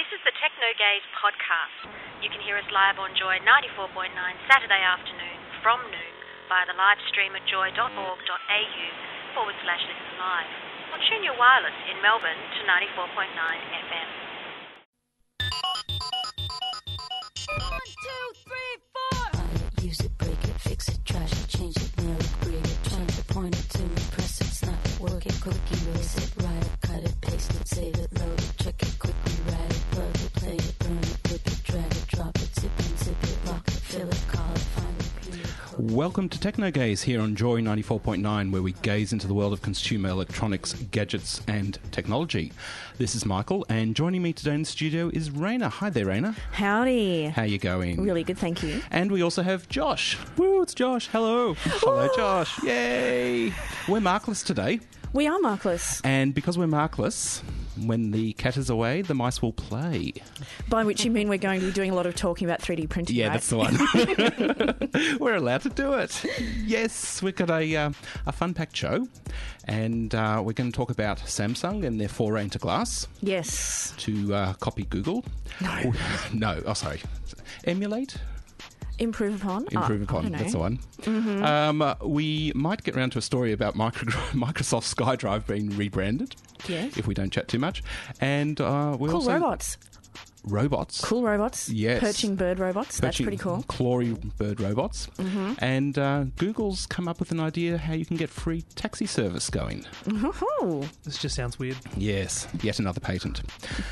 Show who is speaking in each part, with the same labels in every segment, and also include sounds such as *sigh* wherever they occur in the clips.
Speaker 1: This is the Techno Gaze podcast. You can hear us live on Joy 94.9 Saturday afternoon from noon via the live stream at joy.org.au forward slash listen live. Or tune your wireless in Melbourne to 94.9 FM.
Speaker 2: Use it, break it, fix it, trash it, change it, nail it, grade it, try to point it to me, press it, snap it, work it, click it, erase it, write it, cut it, paste it, save it, load it, check it, quickly write it, plug it, play it, burn it, flip it, drag it, drop it, zip it, zip it, lock it, fill it, call it, find it, view it, code it.
Speaker 3: Welcome to Techno Gaze here on Joy 94.9, where we gaze into the world of consumer electronics, gadgets, and technology. This is Michael, and joining me today in the studio is Raina. Hi there, Raina.
Speaker 4: Howdy.
Speaker 3: How you going?
Speaker 4: Really good, thank you.
Speaker 3: And we also have Josh. Woo, it's Josh. Hello. Hello, Josh. Yay. We're markless today,
Speaker 4: We are markless,
Speaker 3: and because we're markless, when the cat is away, the mice will play.
Speaker 4: by which you mean we're going to be doing a lot of talking about 3D printing.
Speaker 3: Yeah,
Speaker 4: right?
Speaker 3: that's the one.
Speaker 4: *laughs*
Speaker 3: *laughs* we're allowed to do it. Yes, we've got a, uh, a fun packed show, and uh, we're going to talk about Samsung and their foray into glass
Speaker 4: Yes.
Speaker 3: to uh, copy Google. No. *laughs* no, oh, sorry. Emulate?
Speaker 4: Improve upon. Oh,
Speaker 3: Improve
Speaker 4: Ah, I
Speaker 3: upon.
Speaker 4: don't know. Mm-hmm.
Speaker 3: That's the one. Um, uh, we might get round to a story about micro- *laughs* Microsoft SkyDrive being rebranded.
Speaker 4: Yes.
Speaker 3: If we don't chat too much. And uh, we're
Speaker 4: Cool
Speaker 3: also.
Speaker 4: robots.
Speaker 3: Robots.
Speaker 4: Cool robots.
Speaker 3: Yes.
Speaker 4: Perching bird robots. that's
Speaker 3: Perching
Speaker 4: pretty cool.
Speaker 3: Glory bird robots. And uh, Google's come up with an idea how you can get free taxi service going.
Speaker 4: Hoo-hoo.
Speaker 5: This just sounds weird.
Speaker 3: Yes, yet another patent.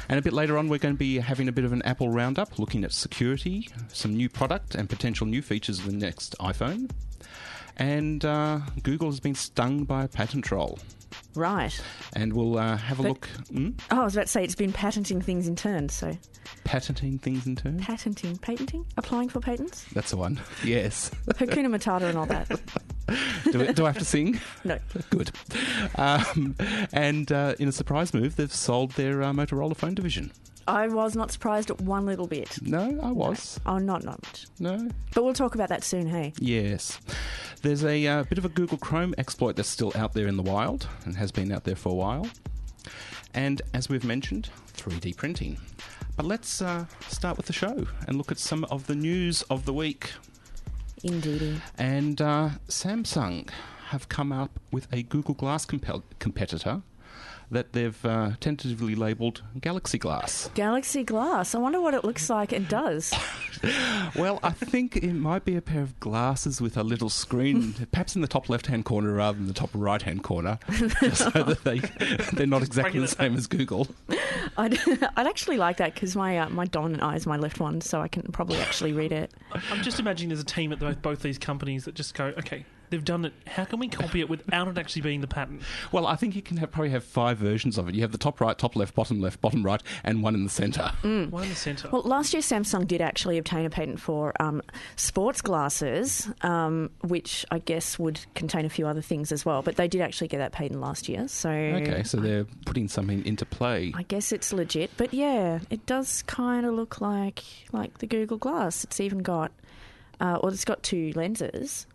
Speaker 3: And a bit later on, we're going to be having a bit of an Apple roundup looking at security, some new product, and potential new features of the next iPhone. And uh, Google has been stung by a patent troll.
Speaker 4: Right.
Speaker 3: And we'll uh, have a
Speaker 4: But-
Speaker 3: look. Hmm?
Speaker 4: Oh, I was about to say it's been patenting things in turn. So
Speaker 3: Patenting things in turn?
Speaker 4: patenting, patenting, applying for patents,
Speaker 3: That's the one. Yes.
Speaker 4: Hakuna Matata, and all that.
Speaker 3: do, I- do I have to sing?
Speaker 4: No.
Speaker 3: *laughs* Good. Um, and uh, in a surprise move, they've sold their uh, Motorola phone division.
Speaker 4: I was not surprised at one little bit.
Speaker 3: No, I was.
Speaker 4: Oh, not not much.
Speaker 3: No.
Speaker 4: But we'll talk about that soon. Hey.
Speaker 3: Yes. There's a uh, bit of a Google Chrome exploit that's still out there in the wild and has been out there for a while. And as we've mentioned, 3D printing. But let's uh, start with the show and look at some of the news of the week.
Speaker 4: Indeedy.
Speaker 3: And uh, Samsung have come up with a Google Glass compel- competitor that they've uh, tentatively labelled Galaxy Glass.
Speaker 4: Galaxy Glass. I wonder what it looks like and does.
Speaker 3: Well, I think it might be a pair of glasses with a little
Speaker 4: *laughs*
Speaker 3: screen, perhaps in the top left-hand corner rather than the top right-hand corner, just so that they *laughs* they're not exactly the same as Google.
Speaker 4: I'd, *laughs* I'd actually like that because my uh, my dominant eye is my left one, so I can probably actually read it.
Speaker 5: I'm just imagining there's a team at both, both these companies that just go, okay, they've done it. How can we copy it without it actually being the pattern?
Speaker 3: Well, I think you can have, probably have five versions of it. You have the top right, top left, bottom left, bottom right, and one in the centre.
Speaker 4: Mm.
Speaker 5: Why in the centre?
Speaker 4: Hmm. Well, last year Samsung did actually obtain a patent for um, sports glasses, um, which I guess would contain a few other things as well. But they did actually get that patent last year, so
Speaker 3: Okay, so they're putting something into play.
Speaker 4: I guess it's legit. But yeah, it does kind of look like like the Google Glass. It's even got. Uh, well, it's got two lenses,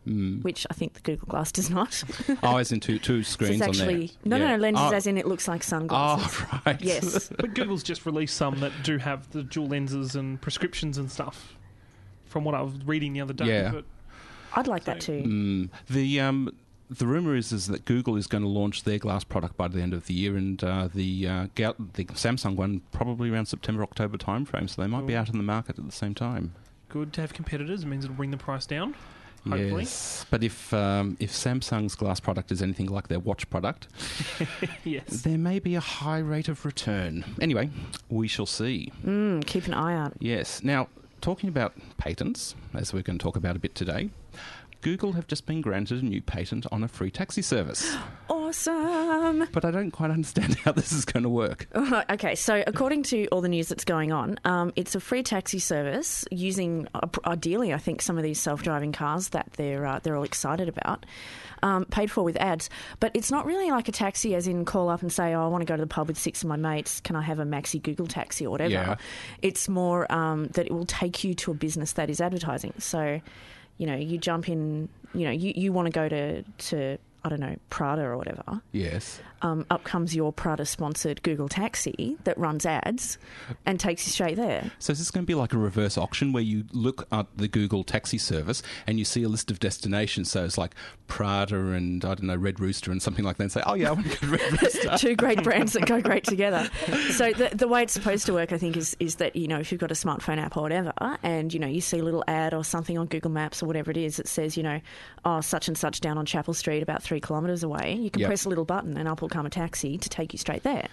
Speaker 4: which I think the Google Glass does not.
Speaker 3: Mm.
Speaker 4: *laughs*
Speaker 3: Eyes in two two screens
Speaker 4: it's actually
Speaker 3: on there.
Speaker 4: no,
Speaker 3: Yeah.
Speaker 4: no, no lenses,
Speaker 3: Oh.
Speaker 4: as in it looks like sunglasses.
Speaker 3: Oh, *laughs* right.
Speaker 4: Yes.
Speaker 5: but Google's just released some that do have the dual lenses and prescriptions and stuff. From what I was reading the other day,
Speaker 3: Yeah.
Speaker 5: but
Speaker 4: I'd like that too.
Speaker 3: The um, the rumor is is that Google is going to launch their glass product by the end of the year, and uh, the uh, Gal- the Samsung one probably around September October timeframe. So they might be out in the market at the same time.
Speaker 5: good to have competitors. It means it'll bring the price down. *laughs* Hopefully,
Speaker 3: Yes, but if um, if Samsung's glass product is anything like their watch product,
Speaker 5: yes.
Speaker 3: there may be a high rate of return. Anyway, we shall see.
Speaker 4: Mm, keep an eye out.
Speaker 3: Yes. Now, talking about patents, as we're going to talk about a bit today, Google have just been granted a new patent on a free taxi service.
Speaker 4: Awesome.
Speaker 3: But I don't quite understand *laughs* how this is going to work.
Speaker 4: *laughs* okay, so according to all the news that's going on, um, it's a free taxi service using uh, pr- ideally, I think, some of these self-driving cars that they're uh, they're all excited about, um, paid for with ads. But it's not really like a taxi, as in call up and say, "Oh, I want to go to the pub with six of my mates. Can I have a maxi Google taxi or whatever?"
Speaker 3: Yeah.
Speaker 4: It's more um, that it will take you to a business that is advertising. So, you know, you jump in. You know, you, you want to go to to I don't know Prada or whatever
Speaker 3: Yes.
Speaker 4: um, up comes your Prada sponsored Google taxi that runs ads and takes you straight there.
Speaker 3: So is this going to be like a reverse auction where you look at the Google taxi service and you see a list of destinations? So it's like Prada and I don't know Red Rooster and something like that, and say, "Oh yeah, I want to go to Red *laughs* Rooster."
Speaker 4: Two great brands that go great together. So the, the way it's supposed to work, I think, is is that you know if you've got a smartphone app or whatever, and you know you see a little ad or something on Google Maps or whatever it is that says you know, oh such and such down on Chapel Street about three kilometres away, you can
Speaker 3: Yep.
Speaker 4: press a little button and up will come a taxi to take you straight there.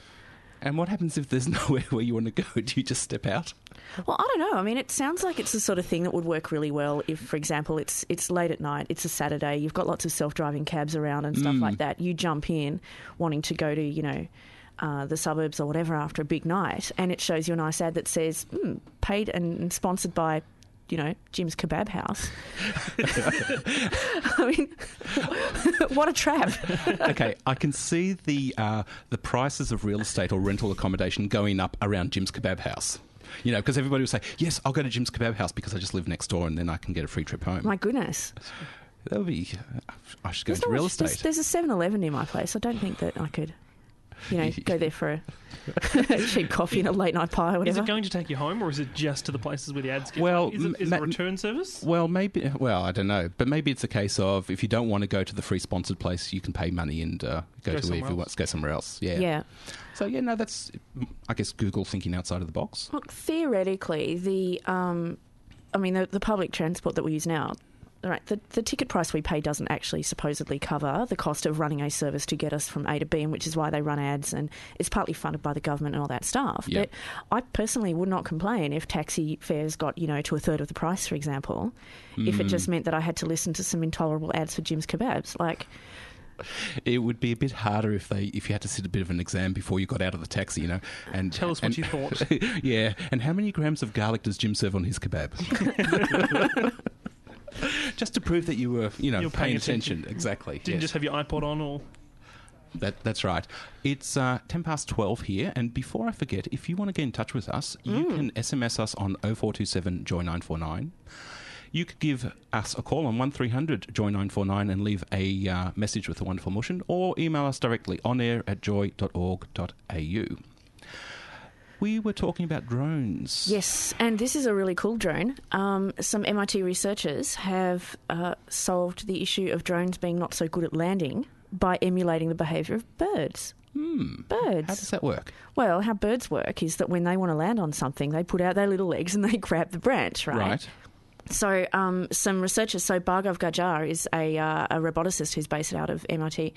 Speaker 3: and what happens if there's *laughs* nowhere where you want to go? Do you just step out?
Speaker 4: Well, I don't know. I mean, it sounds like it's the sort of thing that would work really well if, for example, it's it's late at night, it's a Saturday, you've got lots of self-driving cabs around and stuff like that. You jump in, wanting to go to you know. Uh, the suburbs or whatever after a big night, and it shows you a nice ad that says mm, paid and sponsored by, you know, Jim's Kebab House. *laughs* I mean, *laughs* what a trap!
Speaker 3: okay, I can see the uh, the prices of real estate or rental accommodation going up around Jim's Kebab House. You know, because everybody will say, "Yes, I'll go to Jim's Kebab House because I just live next door, and then I can get a free trip home."
Speaker 4: My goodness,
Speaker 3: that would be. uh, I should go
Speaker 4: There's
Speaker 3: into
Speaker 4: not
Speaker 3: real
Speaker 4: much- there's-
Speaker 3: estate.
Speaker 4: There's, a 7 Eleven near my place. I don't think that I could,
Speaker 3: *laughs*
Speaker 4: you know, go there for a *laughs* cheap coffee and a late night pie or
Speaker 5: Is
Speaker 4: whatever.
Speaker 5: it going to take you home, or is it just to the places where the ads get?
Speaker 3: Well,
Speaker 5: is it, is
Speaker 3: ma-
Speaker 5: it a return service?
Speaker 3: Well, maybe. Well, I don't know, but maybe it's a case of if you don't want to go to the free sponsored place, you can pay money and uh, go, to
Speaker 5: Go
Speaker 3: where
Speaker 5: somewhere
Speaker 3: you want.
Speaker 5: else.
Speaker 3: Go somewhere else. Yeah.
Speaker 4: yeah.
Speaker 3: So yeah, no, that's I guess Google thinking outside of the box.
Speaker 4: Look, theoretically, the, um, I mean, the, the public transport that we use now, right, the, the ticket price we pay doesn't actually supposedly cover the cost of running a service to get us from A to B, and which is why they run ads, and it's partly funded by the government and all that stuff.
Speaker 3: Yeah.
Speaker 4: But I personally would not complain if taxi fares got, you know, to a third of the price, for example, if it just meant that I had to listen to some intolerable ads for Jim's Kebabs. Like,
Speaker 3: It would be a bit harder if they if you had to sit a bit of an exam before you got out of the taxi, you know. And
Speaker 5: Tell us what
Speaker 3: and-
Speaker 5: you thought.
Speaker 3: *laughs* yeah, and how many grams of garlic does Jim serve on his kebab? *laughs*
Speaker 5: *laughs*
Speaker 3: Just to prove that you were, you know,
Speaker 5: You're paying
Speaker 3: paying attention. Exactly.
Speaker 5: Didn't
Speaker 3: yes.
Speaker 5: just have your iPod on, or
Speaker 3: That, that's right. It's uh, 10 past 12 here. And before I forget, if you want to get in touch with us, you
Speaker 4: Mm.
Speaker 3: can SMS us on 0427 Joy 949. You could give us a call on 1300 Joy 949 and leave a uh, message with the wonderful motion, or email us directly on air at joy.org.au. We were talking about drones.
Speaker 4: Yes, and this is a really cool drone. Um, some MIT researchers have uh, solved the issue of drones being not so good at landing by emulating the behaviour of birds. Mm. Birds.
Speaker 3: Hmm. How does that work?
Speaker 4: Well, how birds work is that when they want to land on something, they put out their little legs and *laughs* they grab the branch, right? So, um, some researchers. So, Bhargav Gajar is a, uh, a roboticist who's based out of MIT,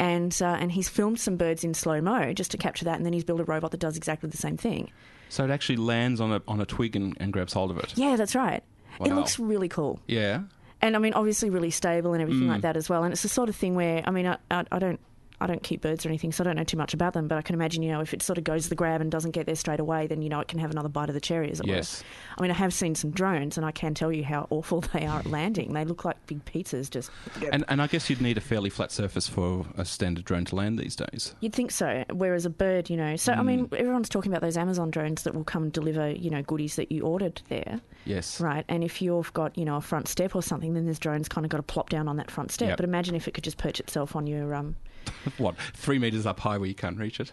Speaker 4: and uh, and he's filmed some birds in slow mo just to capture that, and then he's built a robot that does exactly the same thing.
Speaker 3: So it actually lands on a, on a twig and, and grabs hold of it.
Speaker 4: Yeah, that's right. It
Speaker 3: Wow.
Speaker 4: looks really cool.
Speaker 3: Yeah.
Speaker 4: and I mean, obviously, really stable and everything
Speaker 3: Mm.
Speaker 4: like that as well. And it's the sort of thing where I mean, I, I, I don't. I don't keep birds or anything, so I don't know too much about them. But I can imagine, you know, if it sort of goes to the grab and doesn't get there straight away, then you know it can have another bite of the cherry, as it
Speaker 3: Yes.
Speaker 4: were. I mean, I have seen some drones, and I can tell you how awful *laughs* they are at landing. They look like big pizzas. Just
Speaker 3: And, and I guess you'd need a fairly flat surface for a standard drone to land these days.
Speaker 4: you'd think so. Whereas a bird, you know, so I mean,
Speaker 3: Mm.
Speaker 4: everyone's talking about those Amazon drones that will come and deliver, you know, goodies that you ordered there.
Speaker 3: Yes.
Speaker 4: Right, and if you've got you know a front step or something, then this drone's kind of got to plop down on that front step.
Speaker 3: Yep.
Speaker 4: But imagine if it could just perch itself on your. Um,
Speaker 3: What, three metres up high where you can't reach
Speaker 4: *laughs*
Speaker 3: it?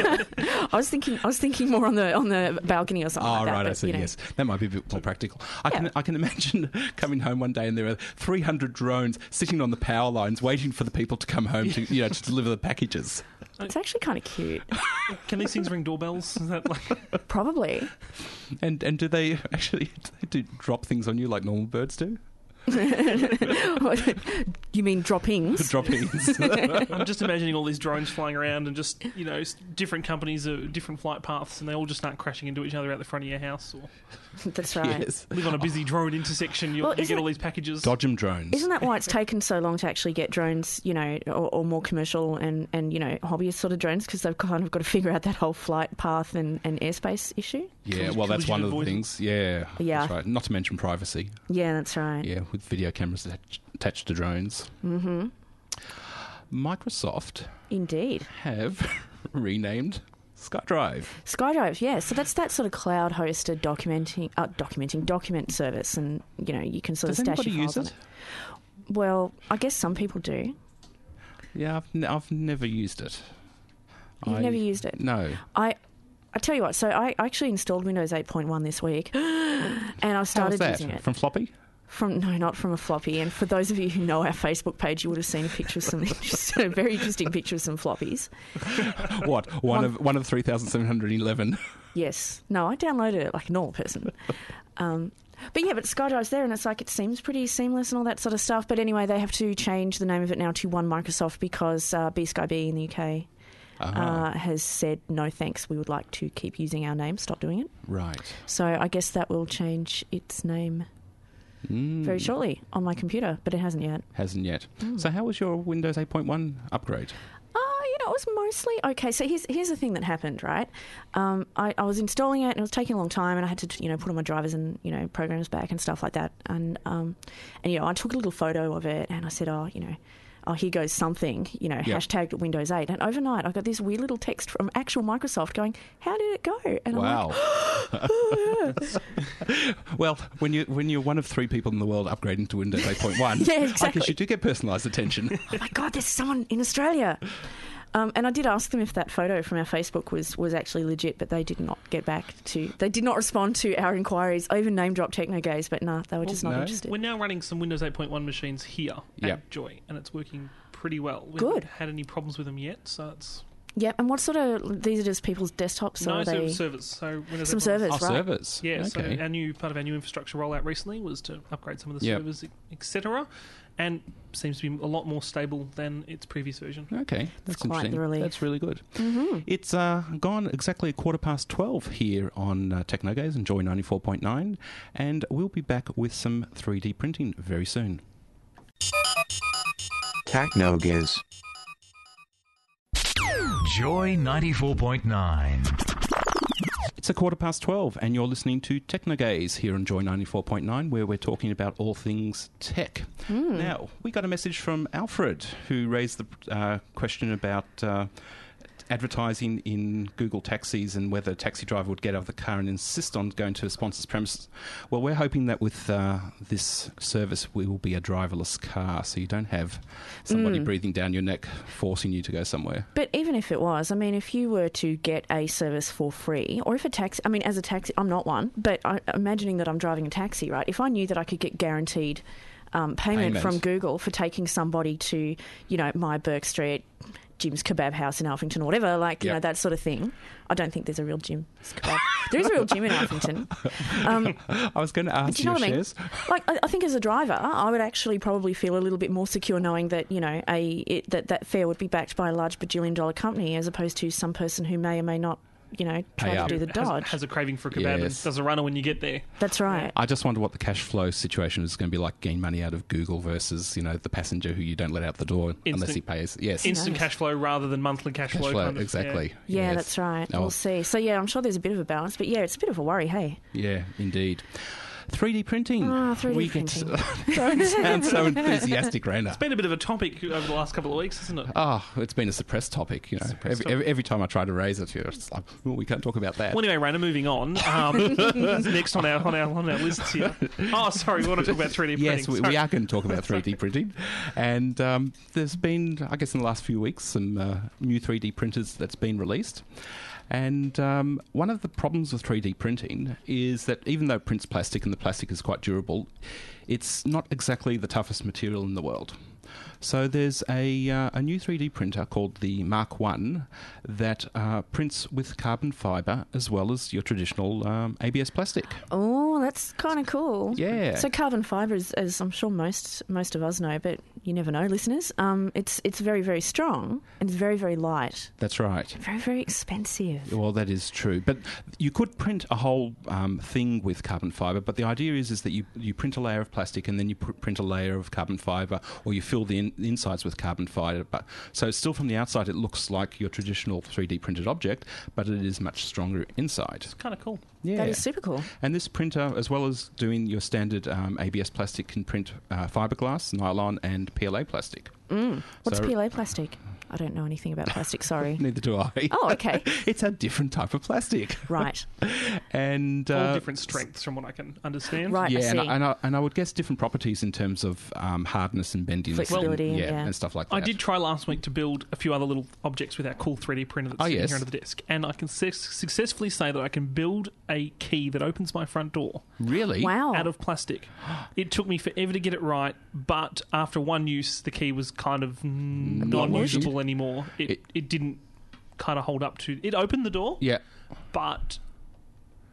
Speaker 4: I was thinking, I was thinking more on the on the balcony or something.
Speaker 3: Ah,
Speaker 4: like that,
Speaker 3: right, I
Speaker 4: but,
Speaker 3: see.
Speaker 4: you know.
Speaker 3: Yes. That might be a bit more practical. I,
Speaker 4: Yeah.
Speaker 3: can, I can imagine *laughs* coming home one day and there are 300 drones sitting on the power lines waiting for the people to come home to, you know,
Speaker 4: *laughs*
Speaker 3: to deliver the packages.
Speaker 4: it's actually kind of cute.
Speaker 5: can these things ring doorbells? Is that like
Speaker 4: Probably. *laughs*
Speaker 3: *laughs*
Speaker 4: *laughs*
Speaker 3: And, and do they actually do they do drop things on you like normal birds do?
Speaker 4: you mean
Speaker 3: *laughs*
Speaker 4: droppings?
Speaker 3: droppings.
Speaker 5: I'm just imagining all these drones flying around and just, you know, s- different companies, uh, different flight paths, and they all just start crashing into each other out the front of your house or
Speaker 4: That's right.
Speaker 3: yes.
Speaker 5: live on a busy drone intersection. You,
Speaker 4: Well,
Speaker 5: you
Speaker 4: isn't
Speaker 5: get all
Speaker 4: it-
Speaker 5: these packages.
Speaker 3: Dodge 'em drones.
Speaker 4: Isn't that why it's taken so long to actually get drones, you know, or, or more commercial and, and, you know, hobbyist sort of drones? Because they've kind of got to figure out that whole flight path and, and airspace issue.
Speaker 3: yeah,
Speaker 5: Colli-
Speaker 3: well, that's
Speaker 5: collision
Speaker 3: one of the
Speaker 5: avoidance.
Speaker 3: things. Yeah,
Speaker 4: Yeah.
Speaker 3: That's right. Not to mention privacy.
Speaker 4: Yeah, that's right.
Speaker 3: Yeah, with video cameras attach- attached to drones. Mm-hmm. Microsoft
Speaker 4: Indeed.
Speaker 3: have *laughs* renamed SkyDrive.
Speaker 4: Skydrive, yeah. So that's that sort of cloud hosted documenting, uh, documenting, document service. And, you know, you can sort
Speaker 3: Does
Speaker 4: of stash
Speaker 3: anybody
Speaker 4: your
Speaker 3: use
Speaker 4: files on
Speaker 3: it?
Speaker 4: it. Well, I guess some people do.
Speaker 3: Yeah, I've, n- I've never used it.
Speaker 4: You've never used it?
Speaker 3: No.
Speaker 4: I I tell you what, so I actually installed Windows 8.1 this week *gasps* and I
Speaker 3: How's
Speaker 4: started
Speaker 3: that?
Speaker 4: using it.
Speaker 3: From
Speaker 4: *laughs*
Speaker 3: floppy?
Speaker 4: From no, not from a floppy. And for those of you who know our Facebook page, you would have seen a picture of some *laughs* some very interesting picture of some floppies.
Speaker 3: What? One of one of three thousand seven hundred eleven. *laughs*
Speaker 4: Yes, no, I downloaded it like a normal person. *laughs* Um, but yeah, but SkyDrive's there, and it's like it seems pretty seamless and all that sort of stuff. But anyway, they have to change the name of it now to One Microsoft because uh, BSkyB in the UK uh, has said no thanks. We would like to keep using our name. Stop doing it.
Speaker 3: Right.
Speaker 4: So I guess that will change its name very shortly on my computer, but it hasn't yet.
Speaker 3: Hasn't yet.
Speaker 4: Hmm.
Speaker 3: So how was your Windows 8.1 upgrade?
Speaker 4: Oh, you know, it was mostly okay. So here's here's the thing that happened, right? Um, I, I was installing it, and it was taking a long time, and I had to, you know, put all my drivers and you know programs back and stuff like that. And um, and you know, I took a little photo of it, and I said, oh, you know, oh, here goes something, you know,
Speaker 3: Yeah.
Speaker 4: hashtagged Windows 8. And overnight, I got this weird little text from actual Microsoft going, "How did it go?" And I'm
Speaker 3: Wow.
Speaker 4: like, *gasps*
Speaker 3: well, when you when you're one of three people in the world upgrading to Windows 8.1,
Speaker 4: *laughs* Yeah,
Speaker 3: I
Speaker 4: exactly.
Speaker 3: guess you do get personalised
Speaker 4: *laughs*
Speaker 3: attention.
Speaker 4: "Oh my god, there's someone in Australia." Um, and I did ask them if that photo from our Facebook was, was actually legit, but they did not get back to. They did not respond to our inquiries. I even name dropped TechnoGaze, but nah,
Speaker 5: Oh,
Speaker 4: they were just not
Speaker 3: no.
Speaker 4: interested.
Speaker 5: We're now running some Windows 8.1 machines here
Speaker 3: Yep.
Speaker 5: at Joy, and it's working pretty well. We
Speaker 4: Good.
Speaker 5: haven't had any problems with them yet, so it's
Speaker 4: Yeah, and what sort of these are just people's desktops? or
Speaker 5: no
Speaker 4: are
Speaker 5: sort
Speaker 4: they
Speaker 5: of servers. So Windows
Speaker 4: some
Speaker 5: 8.1 's-
Speaker 4: servers,
Speaker 3: oh,
Speaker 4: right?
Speaker 3: servers.
Speaker 5: Yeah,
Speaker 3: Okay.
Speaker 5: so our new part of our new infrastructure rollout recently was to upgrade some of the
Speaker 3: Yep.
Speaker 5: servers, etc. And seems to be a lot more stable than its previous version.
Speaker 3: Okay, that's
Speaker 4: quite the
Speaker 3: interesting.
Speaker 4: relief. Mm-hmm.
Speaker 3: That's really good. It's uh, gone exactly a quarter past 12 here on uh, TechnoGaze and Joy 94.9, and we'll be back with some 3D printing very soon.
Speaker 6: Technogiz.
Speaker 7: Joy 94.9.
Speaker 3: It's a quarter past 12, and you're listening to TechnoGaze here on Joy 94.9, where we're talking about all things tech.
Speaker 4: Hmm.
Speaker 3: Now, we got a message from Alfred, who raised the uh, question about uh, advertising in Google taxis and whether a taxi driver would get out of the car and insist on going to a sponsor's premises. Well, we're hoping that with uh, this service, we will be a driverless car, so you don't have
Speaker 4: Hmm.
Speaker 3: somebody breathing down your neck, forcing you to go somewhere.
Speaker 4: But even if it was, I mean, if you were to get a service for free, or if a taxi, I mean, as a taxi, I'm not one, but I, imagining that I'm driving a taxi, right? If I knew that I could get guaranteed um, payment,
Speaker 3: Payment.
Speaker 4: from Google for taking somebody to, you know, my Burke Street, Jim's Kebab House in Alphington, or whatever, like, you
Speaker 3: Yep.
Speaker 4: know, that sort of thing, I don't think there's a real Jim's Kebab. there is a real Jim in Alphington. Um,
Speaker 3: I was going to ask
Speaker 4: do you know what I mean?
Speaker 3: Shares.
Speaker 4: Like, I, I think as a driver, I would actually probably feel a little bit more secure knowing that you know a it, that that fare would be backed by a large bajillion dollar company as opposed to some person who may or may not, you know, try
Speaker 3: Pay
Speaker 4: to
Speaker 3: up.
Speaker 4: do the
Speaker 5: It has,
Speaker 4: dodge.
Speaker 5: has a craving for a
Speaker 3: Yes.
Speaker 5: kebab and does a runner when you get there.
Speaker 4: That's right.
Speaker 3: I just wonder what the cash flow situation is going to be like getting money out of Google versus, you know, the passenger who you don't let out the door unless
Speaker 5: Instant-
Speaker 3: he pays. Yes.
Speaker 5: Instant
Speaker 4: knows?
Speaker 5: cash flow rather than monthly cash,
Speaker 3: cash flow,
Speaker 5: kind of,
Speaker 3: exactly.
Speaker 4: Yeah,
Speaker 3: Yes.
Speaker 4: that's right.
Speaker 3: Oh,
Speaker 4: We'll see. So yeah, I'm sure there's a bit of a balance, but yeah, it's a bit of a worry. Hey,
Speaker 3: Yeah, indeed. 3D printing.
Speaker 4: Ah, 3D
Speaker 3: we *laughs* Get, don't sound so enthusiastic, Rainer.
Speaker 5: Been a bit of a topic over the last couple of weeks, isn't it?
Speaker 3: Oh, it's been a suppressed topic. You know, every,
Speaker 5: topic.
Speaker 3: Every, every time I try to raise it, you know, it's like, "Oh, we can't talk about that.
Speaker 5: Well, anyway, Rainer, moving on.
Speaker 3: *laughs*
Speaker 5: Um, next on our on our on our list here. Oh, sorry, we want to talk about 3D printing.
Speaker 3: yes, we,
Speaker 5: Sorry.
Speaker 3: we are going to talk about 3D printing. And um, there's been, I guess, in the last few weeks, some uh, new 3D printers that's been released. And um, one of the problems with 3D printing is that even though it prints plastic and the plastic is quite durable, it's not exactly the toughest material in the world. So there's a, uh, a new 3D printer called the Mark One that uh, prints with carbon fiber as well as your traditional um, ABS plastic.
Speaker 4: *laughs* oh, Oh, that's kind of cool.
Speaker 3: Yeah.
Speaker 4: So carbon fiber is, as I'm sure most most of us know, but you never know, listeners. Um, it's it's very very strong and it's very very light,
Speaker 3: That's right.
Speaker 4: very very expensive.
Speaker 3: Well, that is true, but you could print a whole um, thing with carbon fibre. But the idea is, is that you you print a layer of plastic and then you pr- print a layer of carbon fibre, or you fill the, in- the insides with carbon fibre. But so still from the outside, it looks like your traditional three D printed object, but it is much stronger inside.
Speaker 5: Kind of cool.
Speaker 3: Yeah.
Speaker 4: That is super cool.
Speaker 3: And this printer, as well as doing your standard um, ABS plastic, can print uh, fiberglass, nylon, and PLA plastic.
Speaker 4: Mm. What's
Speaker 3: So-
Speaker 4: PLA plastic? I don't know anything about plastic. Sorry.
Speaker 3: Neither do I.
Speaker 4: Oh, okay.
Speaker 3: *laughs* it's a different type of plastic.
Speaker 4: *laughs* right.
Speaker 3: And
Speaker 5: All
Speaker 3: uh,
Speaker 5: different strengths from what I can understand.
Speaker 4: Right. I
Speaker 3: Yeah, and I,
Speaker 4: see.
Speaker 3: and, I, and I would guess different properties in terms of um, hardness and bendiness,
Speaker 4: Flexibility,
Speaker 3: and, yeah,
Speaker 4: yeah.
Speaker 3: and stuff like that.
Speaker 5: I did try last week to build a few other little objects with our cool 3D printer that's
Speaker 3: Oh,
Speaker 5: sitting
Speaker 3: yes.
Speaker 5: here under the desk, and I can su- successfully say that I can build a key that opens my front door
Speaker 3: really.
Speaker 4: Wow.
Speaker 5: out of plastic. It took me forever to get it right, but after one use, the key was kind of mm,
Speaker 3: Not
Speaker 5: not usable anymore. It,
Speaker 3: It-
Speaker 5: it didn't kind of hold up to. It opened the door,
Speaker 3: Yeah,
Speaker 5: but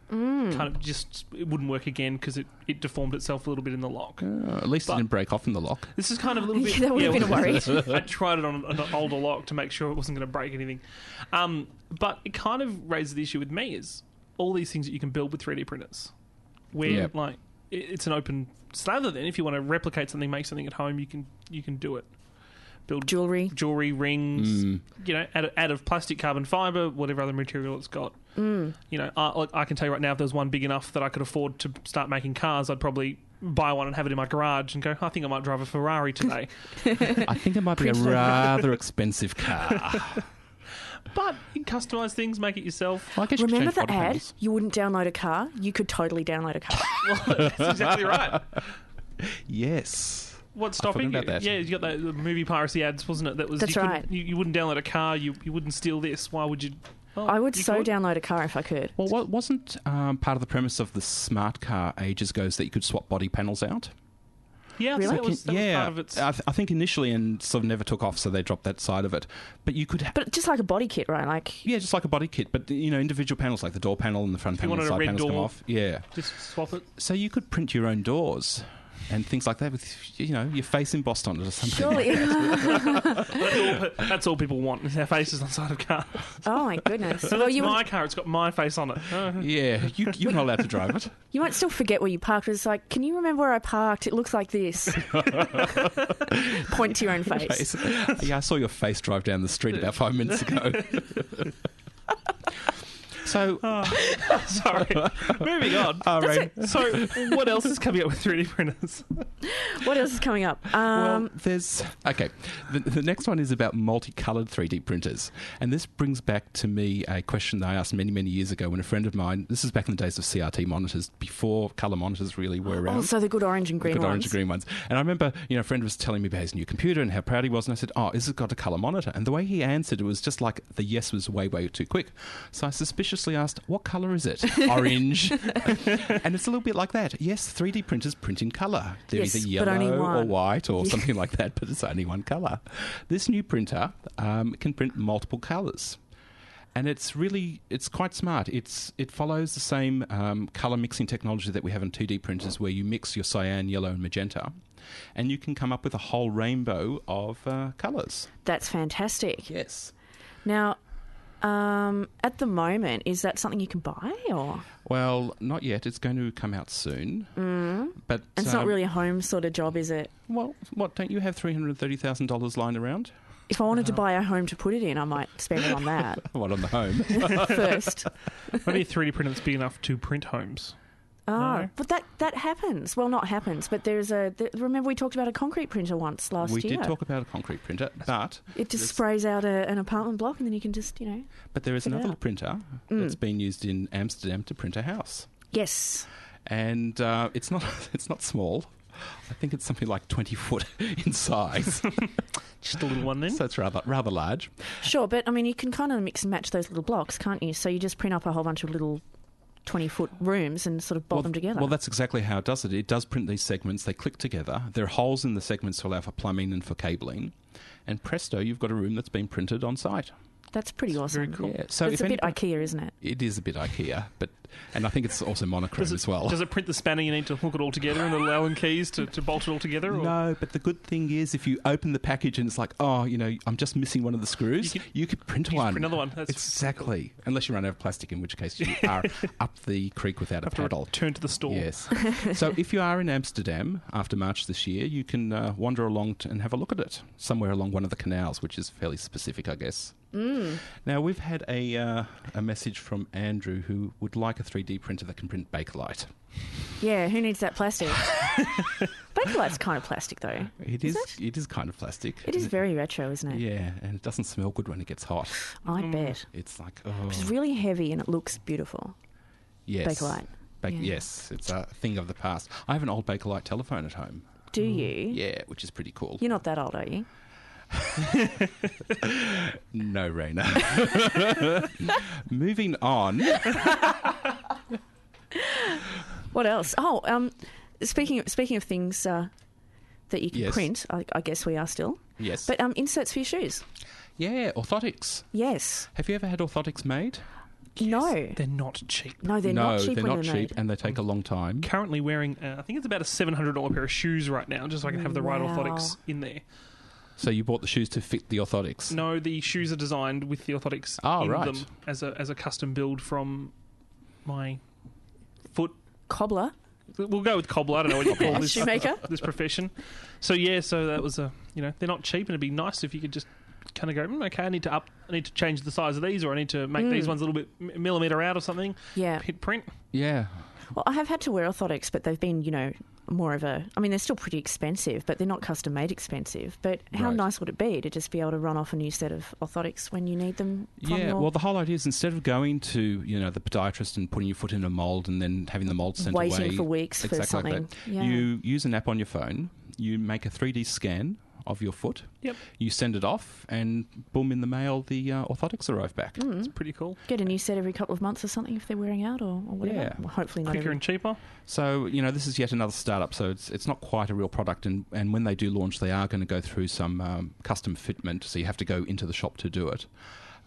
Speaker 5: kind of just it wouldn't work again because it, it deformed itself a little bit in the lock.
Speaker 3: Uh, at least it
Speaker 5: But-
Speaker 3: didn't break off in the lock.
Speaker 5: This is kind of a little bit.
Speaker 4: *laughs* Yeah, that would've been a worry.
Speaker 5: *laughs* I tried it on an older lock to make sure it wasn't going to break anything, um, but it kind of raises the issue with me is all these things that you can build with 3D printers, where
Speaker 3: Yeah.
Speaker 5: like it, it's an open slather. Then, if you want to replicate something, make something at home, you can you can do it. Build
Speaker 4: Jewelry.
Speaker 5: jewelry rings,
Speaker 3: Mm.
Speaker 5: you know, out of, out of plastic, carbon fiber, whatever other material it's got. Mm. You know, I, like, I can tell you right now, if there was one big enough that I could afford to start making cars, I'd probably buy one and have it in my garage and go. I think I might drive a
Speaker 4: *laughs*
Speaker 5: Ferrari today.
Speaker 3: I think it might be a rather expensive car.
Speaker 5: but you can customize things, make it yourself.
Speaker 3: *laughs*
Speaker 5: *laughs*
Speaker 3: Well, I guess you could
Speaker 4: Remember
Speaker 3: change
Speaker 4: that
Speaker 3: body
Speaker 4: ad?
Speaker 3: panels.
Speaker 4: You wouldn't download a car. You could totally download a car.
Speaker 5: That's exactly right.
Speaker 3: Yes.
Speaker 5: What's
Speaker 3: I've forgotten
Speaker 5: stopping you?
Speaker 3: about that.
Speaker 5: Yeah, you got that the movie piracy ads, wasn't it? That was
Speaker 4: That's
Speaker 5: you couldn't-
Speaker 4: right.
Speaker 5: You, you wouldn't download a car. You you wouldn't steal this. Why would you? Well,
Speaker 4: I would
Speaker 5: you
Speaker 4: so
Speaker 5: could.
Speaker 4: download a car if I could.
Speaker 3: Well, what, wasn't um, part of the premise of the smart car ages ago is that you could swap body panels out?
Speaker 5: Yeah,
Speaker 4: Really?
Speaker 5: so that was, that was
Speaker 3: yeah,
Speaker 5: part of its.
Speaker 3: I, th- I think initially and sort of never took off, so they dropped that side of it. But you could, ha-
Speaker 4: But just like a body kit, right? Like
Speaker 3: yeah, just like a body kit, but you know, individual panels like the door panel and the front
Speaker 5: you
Speaker 3: panel, and
Speaker 5: wanted a
Speaker 3: side
Speaker 5: red
Speaker 3: panels come
Speaker 5: door-
Speaker 3: off. Yeah,
Speaker 5: just swap it.
Speaker 3: so you could print your own doors and things like that with you know your face embossed on it or something.
Speaker 4: surely.
Speaker 5: That's all, that's all people want is our faces on the side of cars.
Speaker 4: *laughs* oh my goodness.
Speaker 5: *laughs* So
Speaker 4: well,
Speaker 5: that's
Speaker 4: you
Speaker 5: my
Speaker 4: won't,
Speaker 5: car. It's got my face on it.
Speaker 3: *laughs*
Speaker 5: *laughs*
Speaker 3: Yeah, you, you're not allowed to drive it.
Speaker 4: you might still forget where you parked. It's like, can you remember where I parked? It looks like this. Point to your own *laughs* face.
Speaker 3: Face. Yeah, I saw your face drive down the street about five minutes ago. *laughs* so,
Speaker 4: Oh,
Speaker 3: uh,
Speaker 5: Sorry. Moving on.
Speaker 3: all right.
Speaker 5: So, what else is coming up with 3D printers?
Speaker 4: What else is coming up? Um,
Speaker 3: well, there's okay. The, the next one is about multicolored 3D printers, and this brings back to me a question that I asked many, many years ago when a friend of mine. This is back in the days of CRT monitors, before color monitors really were around.
Speaker 4: oh, so the good orange and green
Speaker 3: good
Speaker 4: ones.
Speaker 3: orange and green ones. And I remember, you know, a friend was telling me about his new computer and how proud he was. And I said, Oh, is it got a color monitor? And the way he answered it was just like the yes was way, way too quick. So I suspiciously asked, What color is
Speaker 4: *laughs*
Speaker 3: it? Orange. and it's a little bit like that. Yes, 3D printers print in color. They're
Speaker 4: Yes,
Speaker 3: either
Speaker 4: but only
Speaker 3: yellow or
Speaker 4: one.
Speaker 3: white
Speaker 4: *laughs*
Speaker 3: or something like that, but it's only one color. This new printer um, can print multiple colors and it's really it's quite smart. It's it follows the same um, color mixing technology that we have in 2D printers, where you mix your cyan, yellow, and magenta, and you can come up with a whole rainbow of uh, colors.
Speaker 4: That's fantastic.
Speaker 3: Yes.
Speaker 4: Now, um, at the moment, is that something you can buy, or
Speaker 3: Well, not yet. It's going to come out soon, mm. but
Speaker 4: it's not
Speaker 3: um,
Speaker 4: really a home sort of job, is it?
Speaker 3: Well, what don't you have three hundred thirty thousand dollars lying around?
Speaker 4: If I wanted to buy a home to put it in, I might spend it
Speaker 3: *laughs*
Speaker 4: on that
Speaker 3: *laughs* What on the home?
Speaker 4: first.
Speaker 5: Maybe a 3D printer that's big enough to print homes.
Speaker 4: Oh,
Speaker 5: No.
Speaker 4: but that that happens. Well, not happens, but there's a. Th- remember, we talked about a concrete printer once *laughs* last
Speaker 3: we
Speaker 4: year.
Speaker 3: did talk about a concrete printer, but
Speaker 4: it just sprays out a, an apartment block, and then you can just, you know,
Speaker 3: but there is
Speaker 4: Check it
Speaker 3: another
Speaker 4: out.
Speaker 3: printer
Speaker 4: Mm.
Speaker 3: that's been used in Amsterdam to print a house.
Speaker 4: yes,
Speaker 3: and uh, it's not *laughs* it's not small. I think it's something like twenty foot *laughs* in
Speaker 4: *laughs*
Speaker 3: size,
Speaker 5: Just a little one then.
Speaker 3: so it's rather rather large.
Speaker 4: sure. But I mean, you can kind of mix and match those little blocks, can't you? So you just print up a whole bunch of little twenty foot rooms and sort of bolt
Speaker 3: well,
Speaker 4: them together.
Speaker 3: well, that's exactly how it does it. It does print these segments. They click together. There are holes in the segments to allow for plumbing and for cabling, and presto, you've got a room that's been printed on site.
Speaker 4: that's pretty awesome.
Speaker 5: Very cool.
Speaker 3: Yeah. So
Speaker 4: it's a
Speaker 3: if
Speaker 4: bit
Speaker 3: any-
Speaker 4: IKEA, isn't it?
Speaker 3: It is a bit IKEA, but and I think it's also monochrome
Speaker 5: Does it,
Speaker 3: as well.
Speaker 5: does it print the spanner you need to hook it all together and it'll allow in keys to, to bolt it all together? Or?
Speaker 3: no, but the good thing is if you open the package and it's like, oh, you know, I'm just missing one of the screws,
Speaker 5: You
Speaker 3: you
Speaker 5: can-
Speaker 3: could, print
Speaker 5: you can
Speaker 3: one.
Speaker 5: print another one. That's
Speaker 3: exactly. Unless you run out of plastic, in which case
Speaker 5: *laughs*
Speaker 3: you are up the creek without a
Speaker 5: Have to
Speaker 3: paddle.
Speaker 5: return to the store.
Speaker 3: Yes. so if you are in Amsterdam after March this year, you can uh, wander along t- and have a look at it somewhere along one of the canals, which is fairly specific, I guess.
Speaker 4: Mm.
Speaker 3: Now we've had a uh, a message from Andrew who would like a 3D printer that can print bakelite.
Speaker 4: Yeah, who needs
Speaker 3: *laughs*
Speaker 4: that plastic? Bakelite's kind of plastic, though.
Speaker 3: It is, it is kind of plastic.
Speaker 4: It is very retro, isn't it?
Speaker 3: Yeah, and it doesn't smell good when it gets hot.
Speaker 4: I bet.
Speaker 3: It's like oh
Speaker 4: It's really heavy and it looks beautiful.
Speaker 3: yes,
Speaker 4: Bakelite.
Speaker 3: Bak-
Speaker 4: Yeah.
Speaker 3: Yes, it's a thing of the past. I have an old bakelite telephone at home.
Speaker 4: Do you?
Speaker 3: Mm, Yeah, which is pretty cool.
Speaker 4: You're not that old, are you?
Speaker 3: No, Raina. *laughs* Moving on.
Speaker 4: What else? Oh, um, speaking of, speaking of things uh, that you can
Speaker 3: Yes.
Speaker 4: print, I, I guess we are still.
Speaker 3: Yes.
Speaker 4: But um, inserts for your shoes.
Speaker 3: yeah, orthotics.
Speaker 4: Yes.
Speaker 3: Have you ever had orthotics made?
Speaker 4: No.
Speaker 5: They're not cheap.
Speaker 4: No, they're
Speaker 3: no,
Speaker 4: not cheap
Speaker 3: they're
Speaker 4: when
Speaker 3: not
Speaker 4: they're
Speaker 3: cheap
Speaker 4: made.
Speaker 3: and they take a long time.
Speaker 5: Currently wearing, uh, I think it's about a $700 pair of shoes right now, just so I can have the right
Speaker 4: Wow.
Speaker 5: orthotics in there.
Speaker 3: So you bought the shoes to fit the orthotics.
Speaker 5: No, the shoes are designed with the orthotics
Speaker 3: Oh,
Speaker 5: in
Speaker 3: right.
Speaker 5: them as a, as a custom build from my foot
Speaker 4: Cobbler.
Speaker 5: we'll go with cobbler. I don't know what you call this
Speaker 4: Shoemaker?
Speaker 5: *laughs* this profession. So yeah, so that was a you know they're not cheap, and it'd be nice if you could just kind of go mm, okay. I need to up, I need to change the size of these, or I need to make these ones a little bit m- millimeter out or something.
Speaker 4: Mm. Yeah.
Speaker 5: Hit print.
Speaker 3: Yeah.
Speaker 4: Well, I have had to wear orthotics, but they've been, you know, more of a. I mean, they're still pretty expensive, but they're not custom made expensive. But how
Speaker 3: Right.
Speaker 4: nice would it be to just be able to run off a new set of orthotics when you need them? From
Speaker 3: Yeah,
Speaker 4: your
Speaker 3: well, the whole idea is instead of going to you know the podiatrist and putting your foot in a mold and then having the mold sent
Speaker 4: Waiting
Speaker 3: away
Speaker 4: for weeks for
Speaker 3: exactly
Speaker 4: something.
Speaker 3: Like that,
Speaker 4: Yeah.
Speaker 3: You use an app on your phone. You make a 3D scan of your foot.
Speaker 5: Yep.
Speaker 3: You send it off, and boom, in the mail, the uh, orthotics arrive back.
Speaker 4: Hmm.
Speaker 5: It's
Speaker 4: Mm.
Speaker 5: pretty cool.
Speaker 4: get a new set every couple of months or something if they're wearing out or, or whatever.
Speaker 3: Yeah.
Speaker 4: Well, hopefully not.
Speaker 5: Quicker
Speaker 4: Every,
Speaker 5: and cheaper.
Speaker 3: So you know this is yet another startup. So it's it's not quite a real product, and, and when they do launch, they are going to go through some um, custom fitment. So you have to go into the shop to do it.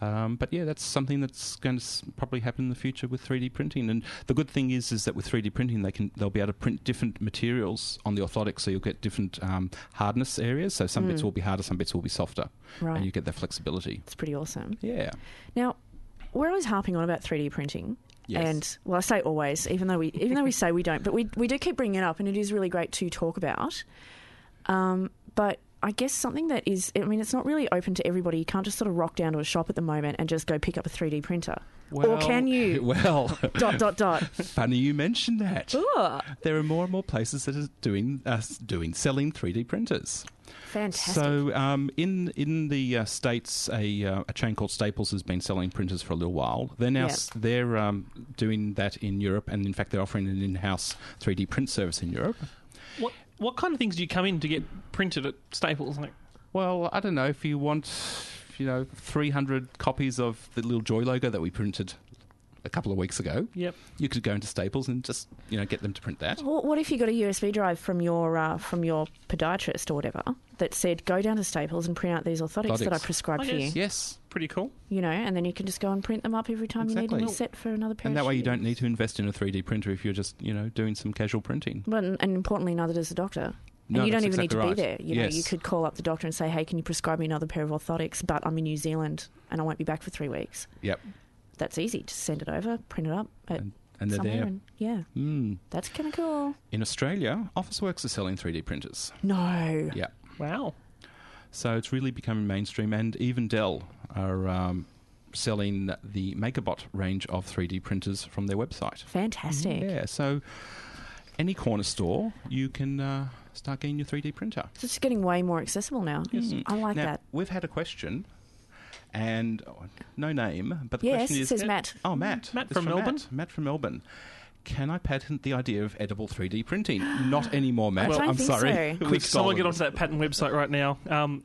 Speaker 3: Um, but yeah, that's something that's going to s- probably happen in the future with 3D printing. And the good thing is, is that with 3D printing, they can they'll be able to print different materials on the orthotic, so you'll get different um, hardness areas. So some bits will be harder, some bits will be softer,
Speaker 4: Mm. Right.
Speaker 3: and you get that flexibility.
Speaker 4: it's pretty awesome.
Speaker 3: Yeah.
Speaker 4: Now, we're always harping on about 3D printing.
Speaker 3: Yes.
Speaker 4: And well, I say always, even though we
Speaker 3: *laughs*
Speaker 4: even though we say we don't, but we we do keep bringing it up, and it is really great to talk about. Um, but I guess something that is, I mean, it's not really open to everybody. You can't just sort of rock down to a shop at the moment and just go pick up a 3D printer, or can
Speaker 3: *laughs*
Speaker 4: you?
Speaker 3: Well,
Speaker 4: *laughs* dot dot dot.
Speaker 3: *laughs* funny you mentioned that.
Speaker 4: Ugh,
Speaker 3: there are more and more places that are doing uh, s- doing selling 3D printers.
Speaker 4: fantastic.
Speaker 3: So um, in in the uh, states, a, uh, a chain called Staples has been selling printers for a little while. They're now
Speaker 4: Yeah.
Speaker 3: s- they're um, doing that in Europe, and in fact, they're offering an in-house 3D print service in Europe.
Speaker 5: What what kind of things do you come in to get printed at Staples? Like
Speaker 3: Well, I don't know if you want, you know, 300 copies of the little Joy logo that we printed a couple of weeks ago.
Speaker 5: Yep.
Speaker 3: You could go into Staples and just you know get them to print that.
Speaker 4: What, what if you got a USB drive from your uh, from your podiatrist or whatever that said, go down to Staples and print out these orthotics, that
Speaker 3: Orthotics.
Speaker 4: I prescribed
Speaker 5: Oh,
Speaker 4: for you?
Speaker 5: yes.
Speaker 3: Yes.
Speaker 5: pretty cool.
Speaker 4: You know, and then you can just go and print them up every time you need a
Speaker 3: Exactly.
Speaker 4: new set for another pair.
Speaker 3: And that
Speaker 4: of
Speaker 3: way you
Speaker 4: shoes.
Speaker 3: don't need to invest in a 3D printer if you're just, you know, doing some casual printing.
Speaker 4: But and importantly, neither does the doctor. And
Speaker 3: No,
Speaker 4: you don't
Speaker 3: that's
Speaker 4: even
Speaker 3: exactly
Speaker 4: need to
Speaker 3: right.
Speaker 4: be there. You know, you
Speaker 3: Yes.
Speaker 4: could call up the doctor and say, "Hey, can you prescribe me another pair of orthotics?" But I'm in New Zealand and I won't be back for three weeks.
Speaker 3: Yep.
Speaker 4: That's easy. Just send it over, print it up at
Speaker 3: And, and they're
Speaker 4: somewhere,
Speaker 3: there.
Speaker 4: and yeah,
Speaker 3: Mm.
Speaker 4: that's kind of cool.
Speaker 3: In Australia, Officeworks are selling 3D printers.
Speaker 4: No,
Speaker 3: Yeah.
Speaker 5: Wow.
Speaker 3: So it's really becoming mainstream, and even Dell are um, selling the MakerBot range of 3D printers from their website.
Speaker 4: fantastic.
Speaker 3: Yeah. So any corner store, you can uh, start getting your 3D printer.
Speaker 4: So it's getting way more accessible now. Mm. I like
Speaker 3: now,
Speaker 4: that.
Speaker 3: We've had a question, and oh, no name, but the
Speaker 4: Yes,
Speaker 3: question
Speaker 4: it
Speaker 3: is
Speaker 4: says Matt.
Speaker 3: Oh, Matt,
Speaker 5: Mm. Matt
Speaker 3: It's
Speaker 5: from Melbourne.
Speaker 3: Matt. Matt from Melbourne. Can I patent the idea of edible 3D printing?
Speaker 4: *gasps*
Speaker 3: Not anymore, Matt.
Speaker 4: don't
Speaker 3: I'm
Speaker 4: think
Speaker 3: sorry. *laughs*
Speaker 4: so.
Speaker 3: We've
Speaker 5: Quick, someone
Speaker 3: stolen
Speaker 5: get
Speaker 3: it.
Speaker 5: onto that patent website right now. Um,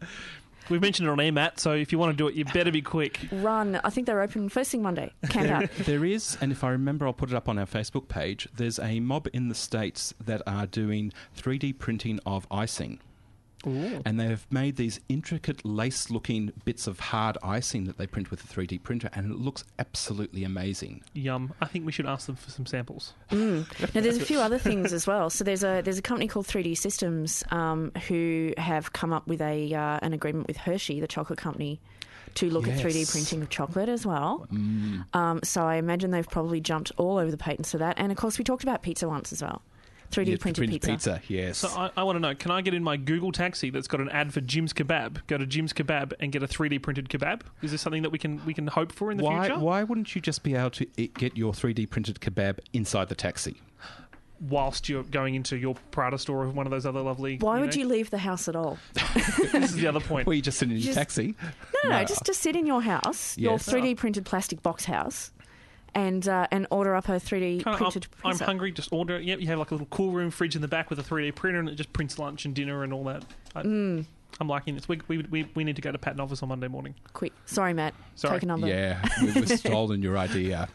Speaker 5: we've mentioned it on EMAT, so if you want to do it, you better be quick.
Speaker 4: Run. I think they're open first thing Monday.
Speaker 3: *laughs*
Speaker 4: Camp out.
Speaker 3: There is, and if I remember, I'll put it up on our Facebook page. There's a mob in the States that are doing 3D printing of icing. And they've made these intricate lace looking bits of hard icing that they print with a 3D printer, and it looks absolutely amazing.
Speaker 5: Yum. I think we should ask them for some samples.
Speaker 4: Now, there's a few other things as well. So there's a there's a company called 3D Systems um, who have come up with a uh, an agreement with Hershey, the chocolate company, to look at 3D
Speaker 3: Yes.
Speaker 4: printing of chocolate as well. Um, so I imagine they've probably jumped all over the patents for that. And of course, we talked about pizza once as well. 3D
Speaker 3: Yeah,
Speaker 4: printed
Speaker 3: printed
Speaker 4: pizza.
Speaker 3: yes.
Speaker 5: So I, I want to know can I get in my Google taxi that's got an ad for Jim's Kebab, go to Jim's Kebab and get a 3D printed kebab? Is this something that we can we can hope for in the
Speaker 3: why,
Speaker 5: future?
Speaker 3: why wouldn't you just be able to i- get your 3D printed kebab inside the taxi?
Speaker 5: Whilst you're going into your Prada store or one of those other lovely.
Speaker 4: Why would
Speaker 5: know-
Speaker 4: you leave the house at all? *laughs*
Speaker 5: This is the other point.
Speaker 3: Well, you just sit in your
Speaker 4: Just-
Speaker 3: taxi.
Speaker 4: *laughs* No, no, no, just to sit in your house, your
Speaker 3: Yes.
Speaker 4: 3D printed plastic box house, and uh, and order up a 3D
Speaker 5: Kinda, I'm-
Speaker 4: printed
Speaker 5: I'm,
Speaker 4: pizza.
Speaker 5: hungry. Just order. it. Yep, you have like a little cool room fridge in the back with a 3D printer, and it just prints lunch and dinner and all that. I, I'm liking this. We, we, we, we need to go to Patton office on Monday morning.
Speaker 4: Quick, sorry, Matt.
Speaker 5: Sorry.
Speaker 4: Take a number.
Speaker 3: Yeah, we've
Speaker 4: *laughs*
Speaker 3: we've stolen your idea.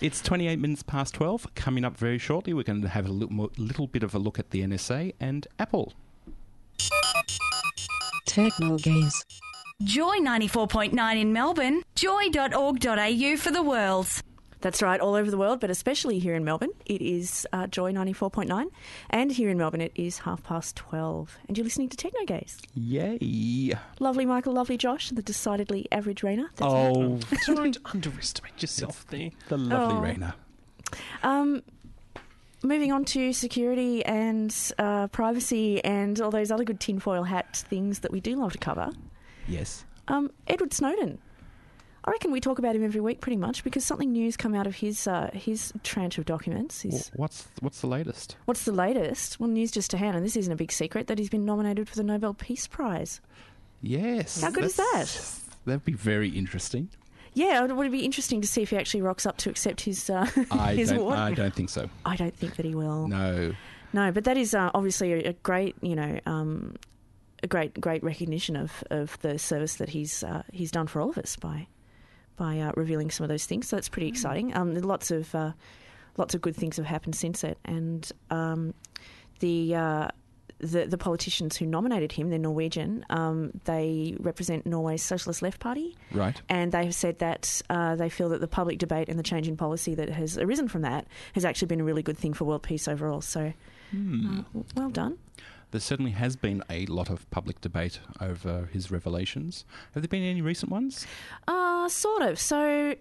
Speaker 3: It's 28 minutes past 12. Coming up very shortly, we're going to have a little, more, little bit of a look at the NSA and Apple.
Speaker 6: Techno Gaze.
Speaker 8: Joy 94.9 in Melbourne, joy.org.au for the world.
Speaker 4: That's right, all over the world, but especially here in Melbourne. It is uh, Joy 94.9, and here in Melbourne it is half past 12. And you're listening to Techno Gaze.
Speaker 3: Yay.
Speaker 4: Lovely Michael, lovely Josh, and the decidedly average Rainer. That's me.
Speaker 3: Oh,
Speaker 5: Don't underestimate yourself there.
Speaker 3: the lovely
Speaker 4: Oh.
Speaker 3: Raina.
Speaker 4: Um, moving on to security and uh, privacy and all those other good tinfoil hat things that we do love to cover.
Speaker 3: Yes.
Speaker 4: Um, Edward Snowden. I reckon we talk about him every week pretty much because something new's come out of his uh, his tranche of documents. His,
Speaker 3: Wh- What's, what's the latest?
Speaker 4: What's the latest? Well, news just to hand, and this isn't a big secret, that he's been nominated for the Nobel Peace Prize.
Speaker 3: Yes.
Speaker 4: How good is
Speaker 3: that's- That'd be very
Speaker 4: *laughs*
Speaker 3: interesting.
Speaker 4: Yeah, it would be interesting to see if he actually rocks up to accept his uh,
Speaker 3: I
Speaker 4: his
Speaker 3: don't,
Speaker 4: award.
Speaker 3: I don't think so.
Speaker 4: I don't think that he will.
Speaker 3: No.
Speaker 4: No, but that is uh, obviously a, a great, you know, um, a great, great recognition of, of the service that he's uh, he's done for all of us by by uh, revealing some of those things. So that's pretty exciting. Um, there are lots of uh, lots of good things have happened since it, and um, the. Uh, the, the politicians who nominated him, they're Norwegian. Um, they represent Norway's Socialist Left Party,
Speaker 3: Right.
Speaker 4: and they have said that uh, they feel that the public debate and the change in policy that has arisen from that has actually been a really good thing for world peace overall. So, uh, w- well done.
Speaker 3: There certainly has been a lot of public debate over his revelations. Have there been any recent ones?
Speaker 4: Uh, sort of. So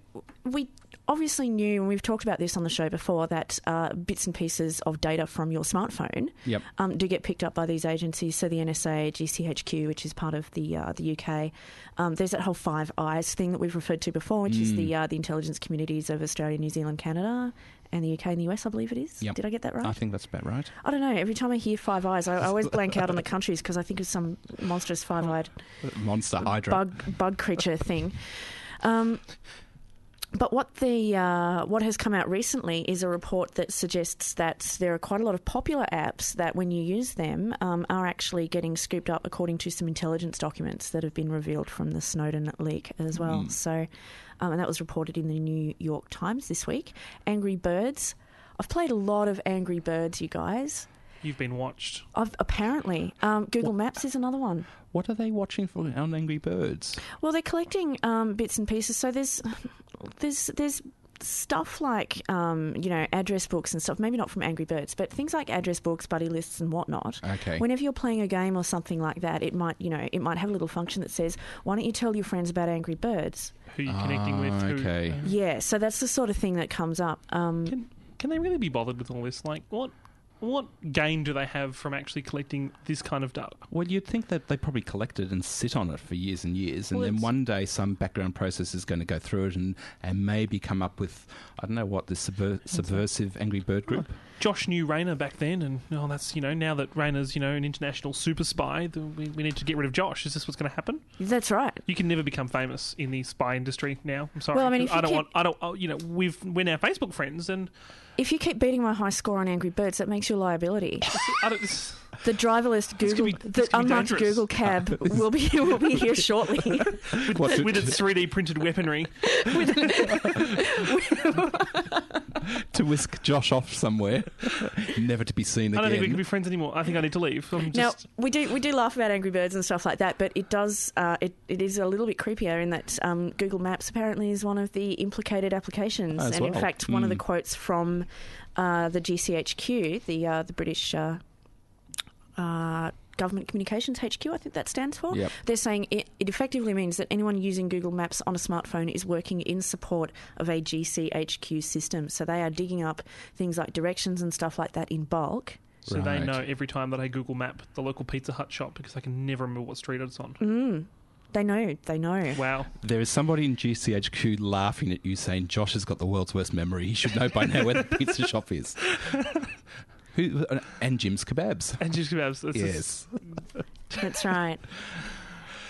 Speaker 4: we obviously knew, and we've talked about this on the show before, that uh, bits and pieces of data from your smartphone
Speaker 3: Yep.
Speaker 4: um, do get picked up by these agencies. So the NSA, GCHQ, which is part of the uh, the UK, um, there's that whole Five Eyes thing that we've referred to before, which is
Speaker 3: Mm.
Speaker 4: the uh, the intelligence communities of Australia, New Zealand, Canada, and the UK and the US. I believe it is.
Speaker 3: Yep.
Speaker 4: Did I get that right?
Speaker 3: I think that's about right.
Speaker 4: I don't know. Every time I hear Five Eyes, I,
Speaker 3: *laughs*
Speaker 4: I always blank out on the countries because I think of some monstrous five-eyed
Speaker 3: Monster Hydra.
Speaker 4: bug bug creature thing. Um, but what the uh, what has come out recently is a report that suggests that there are quite a lot of popular apps that, when you use them, um, are actually getting scooped up, according to some intelligence documents that have been revealed from the Snowden leak as well. So, um, and that was reported in the New York Times this week. Angry Birds. I've played a lot of Angry Birds, you guys.
Speaker 5: You've been watched.
Speaker 4: I've apparently um, Google Maps is another one.
Speaker 3: What are they watching for on Angry Birds?
Speaker 4: Well, they're collecting um, bits and pieces. So there's there's there's stuff like um, you know address books and stuff. Maybe not from Angry Birds, but things like address books, buddy lists, and whatnot.
Speaker 3: Okay.
Speaker 4: Whenever you're playing a game or something like that, it might you know it might have a little function that says, "Why don't you tell your friends about Angry Birds?"
Speaker 5: Who you're connecting with.
Speaker 3: Ah,
Speaker 5: Who, uh,
Speaker 3: okay.
Speaker 4: Yeah. So that's the sort of thing that comes up. Um,
Speaker 5: Can can they really be bothered with all this? Like, what what gain do they have from actually collecting this kind of data?
Speaker 3: Well, you'd think that they probably collected and sit on it for years and years, and
Speaker 5: Well,
Speaker 3: then
Speaker 5: it's-
Speaker 3: one day some background process is going to go through it and, and maybe come up with, I don't know what, the subver- subversive Angry Bird group.
Speaker 5: Josh knew Rayner back then, and oh, that's you know now that Rayner's you know an international super spy, th- we, we need to get rid of Josh. Is this what's going to happen?
Speaker 4: that's right.
Speaker 5: You can never become famous in the spy industry now. I'm sorry.
Speaker 4: Well, I mean, if you
Speaker 5: don't
Speaker 4: keep-
Speaker 5: want. I don't. oh, You know, we've we're now Facebook friends, and
Speaker 4: If you keep beating my high score on Angry Birds, that makes you a liability.
Speaker 5: I don't. this-
Speaker 4: The driverless
Speaker 5: This could
Speaker 4: Google,
Speaker 5: be-
Speaker 4: the
Speaker 5: this could be
Speaker 4: unmarked
Speaker 5: dangerous.
Speaker 4: Google
Speaker 5: *laughs*
Speaker 4: cab will be will be here shortly.
Speaker 3: What's
Speaker 5: with its 3D printed weaponry,
Speaker 3: to whisk Josh off
Speaker 5: *laughs*
Speaker 3: somewhere, never to be seen again.
Speaker 5: I don't think we can be friends anymore. I think I need to leave. I'm
Speaker 4: Now
Speaker 5: just,
Speaker 4: we do we do laugh about Angry Birds and stuff like that, but it does uh, it, it is a little bit creepier in that um, Google Maps apparently is one of the implicated applications,
Speaker 3: Ah, As
Speaker 4: and in
Speaker 3: well.
Speaker 4: fact one of the
Speaker 3: Mm.
Speaker 4: quotes from uh, the GCHQ, the uh, the British. Uh, uh, Government Communications HQ, I think that stands for.
Speaker 3: Yep.
Speaker 4: They're saying it, it effectively means that anyone using Google Maps on a smartphone is working in support of a GCHQ system. So they are digging up things like directions and stuff like that in bulk.
Speaker 5: so
Speaker 3: Right.
Speaker 5: they know every time that I Google Map the local Pizza Hut shop because I can never remember what street it's on.
Speaker 4: Mm-hmm. Mm, They know, they know.
Speaker 5: Wow.
Speaker 3: There is somebody in GCHQ laughing at you saying Josh has got the world's worst memory. He should know by now where the pizza shop is. Who uh, and Jim's kebabs.
Speaker 5: And just kebabs. This is-
Speaker 3: Yes.
Speaker 4: That's right.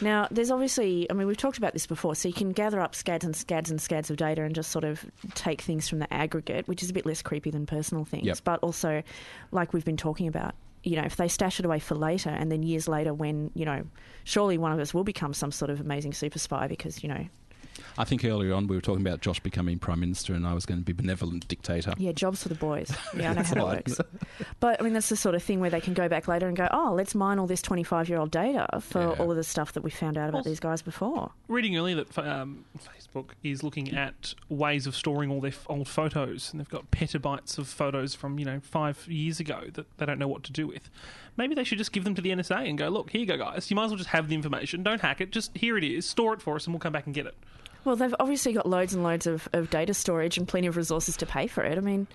Speaker 4: Now, there's obviously, I mean, we've talked about this before, so you can gather up scads and scads and scads of data and just sort of take things from the aggregate, which is a bit less creepy than personal things.
Speaker 3: Yep.
Speaker 4: But also, like we've been talking about, you know, if they stash it away for later and then years later, when, you know, surely one of us will become some sort of amazing super spy because, you know,
Speaker 3: I think earlier on we were talking about Josh becoming prime minister and I was going to be benevolent dictator.
Speaker 4: yeah, jobs for the
Speaker 3: *laughs*
Speaker 4: boys. Yeah, I know
Speaker 3: That's
Speaker 4: how that
Speaker 3: right.
Speaker 4: works. But I mean, that's the sort of thing where they can go back later and go, oh, let's mine all this 25 year old data for
Speaker 3: Yeah.
Speaker 4: all of the stuff that we found out about
Speaker 5: Also-
Speaker 4: these guys before.
Speaker 5: reading earlier that um, Facebook is looking at ways of storing all their f- old photos, and they've got petabytes of photos from you know five years ago that they don't know what to do with. Maybe they should just give them to the NSA and go, look, here you go, guys. You might as well just have the information. Don't hack it. Just here it is. Store it for us, and we'll come back and get it.
Speaker 4: Well, they've obviously got loads and loads of, of data storage and plenty of resources to pay for it. I mean,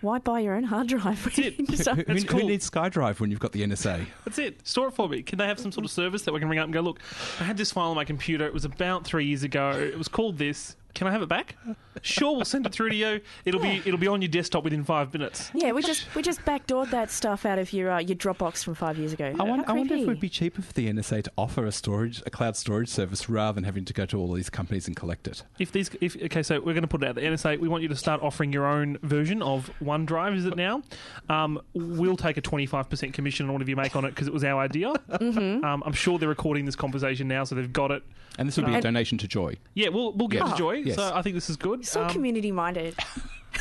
Speaker 4: why buy your own hard drive? when *laughs*
Speaker 5: it.
Speaker 4: you can
Speaker 3: *laughs*
Speaker 4: just-
Speaker 3: Who, who,
Speaker 5: That's
Speaker 3: who
Speaker 5: cool.
Speaker 3: needs SkyDrive when you've got the NSA?
Speaker 5: That's it. Store it for me. Can they have some sort of service that we can ring up and go, look, I had this file on my computer. It was about three years ago. It was called this. Can I have it back? *laughs* Sure, we'll send it through to you. It'll be it'll be on your desktop within five minutes.
Speaker 4: yeah, we just we just backdoored that stuff out of your uh, your Dropbox from five years ago.
Speaker 3: I, wonder,
Speaker 4: How
Speaker 3: I wonder if it
Speaker 4: creepy.
Speaker 3: would be cheaper for the NSA to offer a storage, a cloud storage service, rather than having to go to all these companies and collect it.
Speaker 5: If these, if okay, so we're going to put it out there. NSA, we want you to start offering your own version of OneDrive. Is it now? Um, we'll take a twenty five percent commission on whatever you make on it because it was our idea.
Speaker 3: Mm-hmm.
Speaker 5: Um, I'm sure they're recording this conversation now, so they've got it.
Speaker 3: And this would be a
Speaker 4: And-
Speaker 3: donation to Joy.
Speaker 5: Yeah, we'll we'll get
Speaker 3: Yeah.
Speaker 5: to Joy.
Speaker 3: Yes.
Speaker 5: So I think this is good.
Speaker 4: so
Speaker 5: Um,
Speaker 3: *laughs*
Speaker 4: community minded.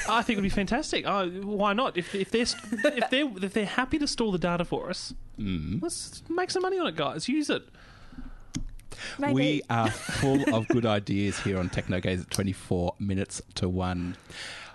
Speaker 5: I think it'd be fantastic. Oh, why not? If, if they're *laughs* if they're if they're happy to store the data for us,
Speaker 3: Mm-hmm.
Speaker 5: let's make some money on it, guys. Use it.
Speaker 4: Maybe.
Speaker 3: We are full of good ideas here on TechnoGaze at 24 minutes to 1.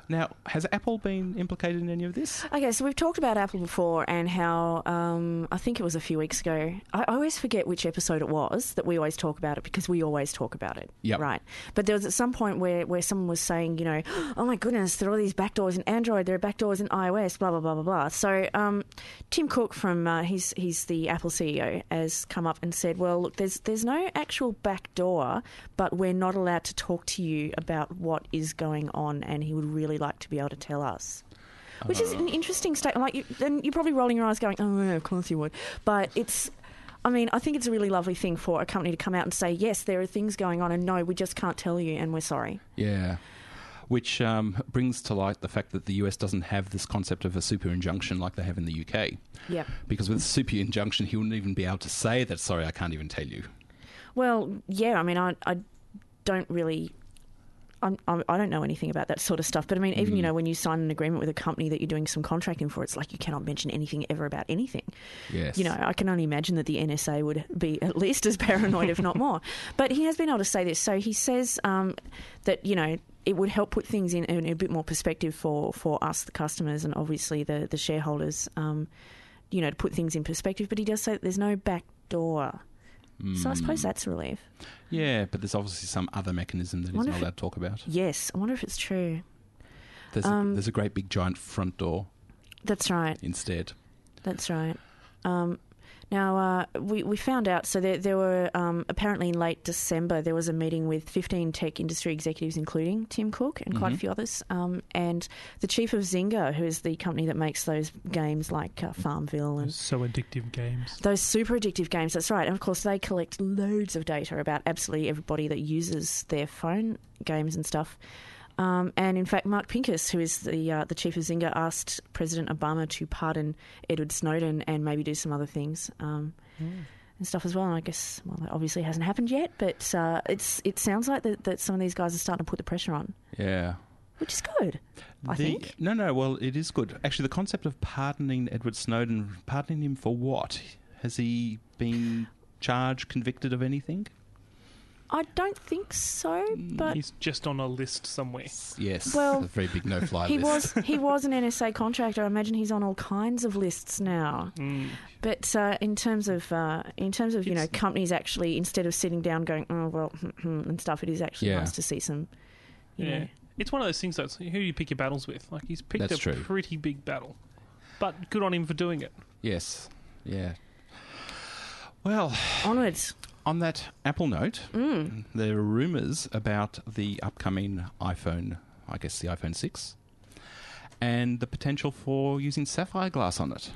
Speaker 3: Now, has Apple been implicated in any of this?
Speaker 4: Okay, so we've talked about Apple before and how um, I think it was a few weeks ago. I I always forget which episode it was that we always talk about it because we always talk about it.
Speaker 3: Yep.
Speaker 4: Right. But there was at some point where, where someone was saying, you know, oh my goodness, there are all these backdoors in Android, there are backdoors in iOS, blah, blah, blah, blah, blah. So um, Tim Cook from, uh, he's, he's the Apple CEO, has come up and said, well, look, there's, there's no actual backdoor, but we're not allowed to talk to you about what is going on, and he would really like to be able to tell us which is an interesting statement. Like, you, then you're probably rolling your eyes, going, "Oh, yeah, of course you would." But it's, I mean, I think it's a really lovely thing for a company to come out and say, "Yes, there are things going on, and no, we just can't tell you, and we're sorry."
Speaker 3: Yeah. Which um, brings to light the fact that the US doesn't have this concept of a super injunction like they have in the UK.
Speaker 4: Yep.
Speaker 3: Because with a super injunction, he wouldn't even be able to say that, sorry, I can't even tell you.
Speaker 4: Well, yeah. I mean, I, I don't really. I'm, I'm, I don't know anything about that sort of stuff, but I mean, even you know, when you sign an agreement with a company that you're doing some contracting for, it's like you cannot mention anything ever about anything.
Speaker 3: Yes.
Speaker 4: You know, I can only imagine that the NSA would be at least as paranoid, if not more. But he has been able to say this. So he says um, that, you know, it would help put things in, in a bit more perspective for, for us, the customers, and obviously the, the shareholders, um, you know, to put things in perspective. But he does say that there's no back door. So I suppose that's a relief.
Speaker 3: Yeah, but there's obviously some other mechanism that he's
Speaker 4: Wonder
Speaker 3: not
Speaker 4: if-
Speaker 3: allowed to talk about.
Speaker 4: Yes, I wonder if it's true.
Speaker 3: There's,
Speaker 4: um,
Speaker 3: a, there's a great big giant front door
Speaker 4: That's right.
Speaker 3: instead.
Speaker 4: That's right. Um, now uh, we we found out. So there there were um, apparently in late December there was a meeting with 15 tech industry executives, including Tim Cook and quite a few others, um, and the chief of Zynga, who is the company that makes those games like uh, Farmville and
Speaker 5: So addictive games.
Speaker 4: those super addictive games. That's right. And of course, they collect loads of data about absolutely everybody that uses their phone games and stuff. Um, and in fact, Mark Pincus, who is the uh, the chief of Zynga, asked President Obama to pardon Edward Snowden and maybe do some other things um, and stuff as well. And I guess well, that obviously hasn't happened yet, but uh, it's it sounds like that, that some of these guys are starting to put the pressure on.
Speaker 3: Yeah.
Speaker 4: which is good. I
Speaker 3: The-
Speaker 4: think
Speaker 3: No, no. Well, it is good. Actually, the concept of pardoning Edward Snowden, pardoning him for what? Has he been charged, convicted of anything?
Speaker 4: I don't think so, but
Speaker 5: He's just on a list somewhere.
Speaker 3: Yes.
Speaker 4: Well,
Speaker 3: a very big no-fly
Speaker 4: he
Speaker 3: list. *laughs*
Speaker 4: was he was an NSA contractor. I imagine he's on all kinds of lists now.
Speaker 3: Mm.
Speaker 4: But uh, in terms of uh, in terms of you know
Speaker 5: It's-
Speaker 4: companies actually instead of sitting down going oh well and stuff, it is actually
Speaker 3: Yeah.
Speaker 4: nice to see some. You
Speaker 5: Yeah.
Speaker 4: know,
Speaker 5: It's one of those things, though. It's who do you pick your battles with? Like, he's picked
Speaker 3: That's
Speaker 5: a
Speaker 3: true.
Speaker 5: pretty big battle. But good on him for doing it.
Speaker 3: Yes. Yeah. Well,
Speaker 4: onwards.
Speaker 3: on that Apple note, there are rumours about the upcoming iPhone, I guess the iPhone 6, and the potential for using sapphire glass on it.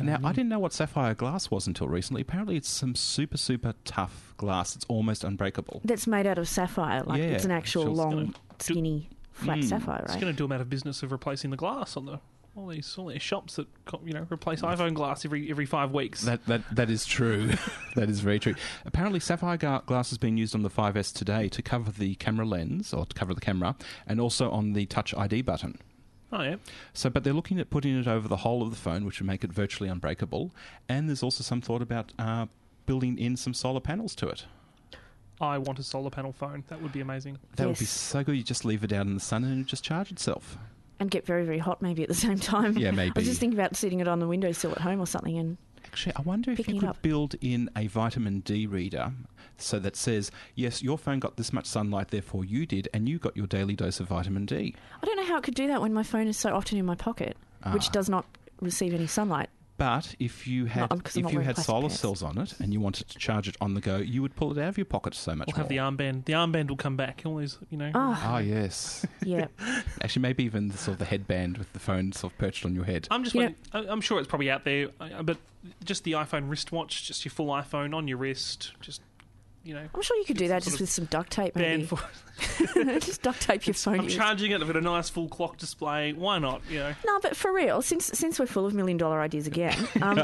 Speaker 3: Now, I didn't know what sapphire glass was until recently. Apparently, it's some super, super tough glass. It's almost unbreakable.
Speaker 4: That's made out of sapphire. Like
Speaker 3: Yeah,
Speaker 4: it's an actual
Speaker 3: sure. It's Mm.
Speaker 4: long,
Speaker 5: gonna do-
Speaker 4: skinny, flat sapphire,
Speaker 5: It's
Speaker 4: right?
Speaker 5: going to do him out of business of replacing the glass on the all these all these shops that co- you know replace iPhone glass every every five weeks.
Speaker 3: That, that, that is true. *laughs* that is very true. Apparently, sapphire ga- glass has been used on the 5S today to cover the camera lens, or to cover the camera, and also on the Touch ID button.
Speaker 5: oh yeah,
Speaker 3: So, but they're looking at putting it over the whole of the phone, which would make it virtually unbreakable. And there's also some thought about uh, building in some solar panels to it.
Speaker 5: I want a solar panel phone. That would be amazing.
Speaker 3: That would be
Speaker 4: Yes.
Speaker 3: so good. You just leave it out in the sun and it would just charge itself.
Speaker 4: and get very, very hot maybe at the *laughs* same time.
Speaker 3: Yeah,
Speaker 4: I
Speaker 3: maybe.
Speaker 4: was just thinking about sitting it on the windowsill at home or something and
Speaker 3: Actually, I wonder if
Speaker 4: Picking it
Speaker 3: you could
Speaker 4: up.
Speaker 3: build in a vitamin D reader so that says, yes, your phone got this much sunlight, therefore you did, and you got your daily dose of vitamin D.
Speaker 4: I don't know how it could do that when my phone is so often in my pocket,
Speaker 3: Ah.
Speaker 4: which does not receive any sunlight.
Speaker 3: But if you had
Speaker 4: I'm- 'cause I'm
Speaker 3: if
Speaker 4: not
Speaker 3: you
Speaker 4: wearing
Speaker 3: had
Speaker 4: plastic
Speaker 3: solar
Speaker 4: pants.
Speaker 3: cells on it and you wanted to charge it on the go, you would pull it out of your pocket so much
Speaker 5: We'll have the
Speaker 3: more.
Speaker 5: armband. The armband will come back. All these you know.
Speaker 3: Ah,
Speaker 4: *laughs*
Speaker 3: yes. *laughs*
Speaker 4: Yeah.
Speaker 3: Actually, maybe even the, sort of the headband with the phone sort of perched on your head.
Speaker 5: I'm just
Speaker 4: You know-
Speaker 5: waiting. I- I'm sure it's probably out there, I- I- but just the iPhone wristwatch, just your full iPhone on your wrist, just you know.
Speaker 4: I'm sure you could do that just with some duct tape, maybe.
Speaker 5: Band
Speaker 4: *laughs*
Speaker 5: for,
Speaker 4: just duct tape your phone.
Speaker 5: I'm charging it. I've got a nice full clock display. Why not? You know,
Speaker 4: no, but for real, since since we're full of million dollar ideas
Speaker 5: *laughs*
Speaker 4: again, um,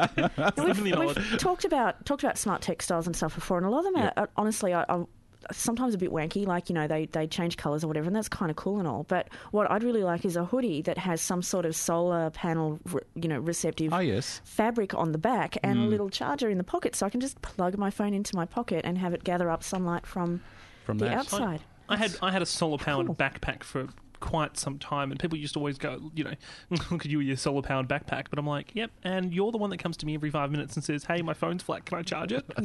Speaker 4: we've,
Speaker 5: Million dollar.
Speaker 4: we've talked about talked about smart textiles and stuff before, and a lot of them are, are honestly I, I'm sometimes a bit wanky, like you know they they change colours or whatever, and that's kind of cool and all. But what I'd really like is a hoodie that has some sort of solar panel, re- you know, receptive
Speaker 5: Oh,
Speaker 3: Ah, yes.
Speaker 4: fabric on the back and
Speaker 5: Mm.
Speaker 4: a little charger in the pocket, so I can just plug my phone into my pocket and have it gather up sunlight from
Speaker 3: From
Speaker 4: the
Speaker 3: that.
Speaker 4: outside.
Speaker 5: I had I had a solar powered
Speaker 4: Cool.
Speaker 5: backpack for quite some time, and people used to always go, you know, *laughs* look at you with your solar powered backpack. But I'm like, yep. And you're the one that comes to me every five minutes and says, hey, my phone's flat. Can I charge it? *laughs*
Speaker 3: *laughs*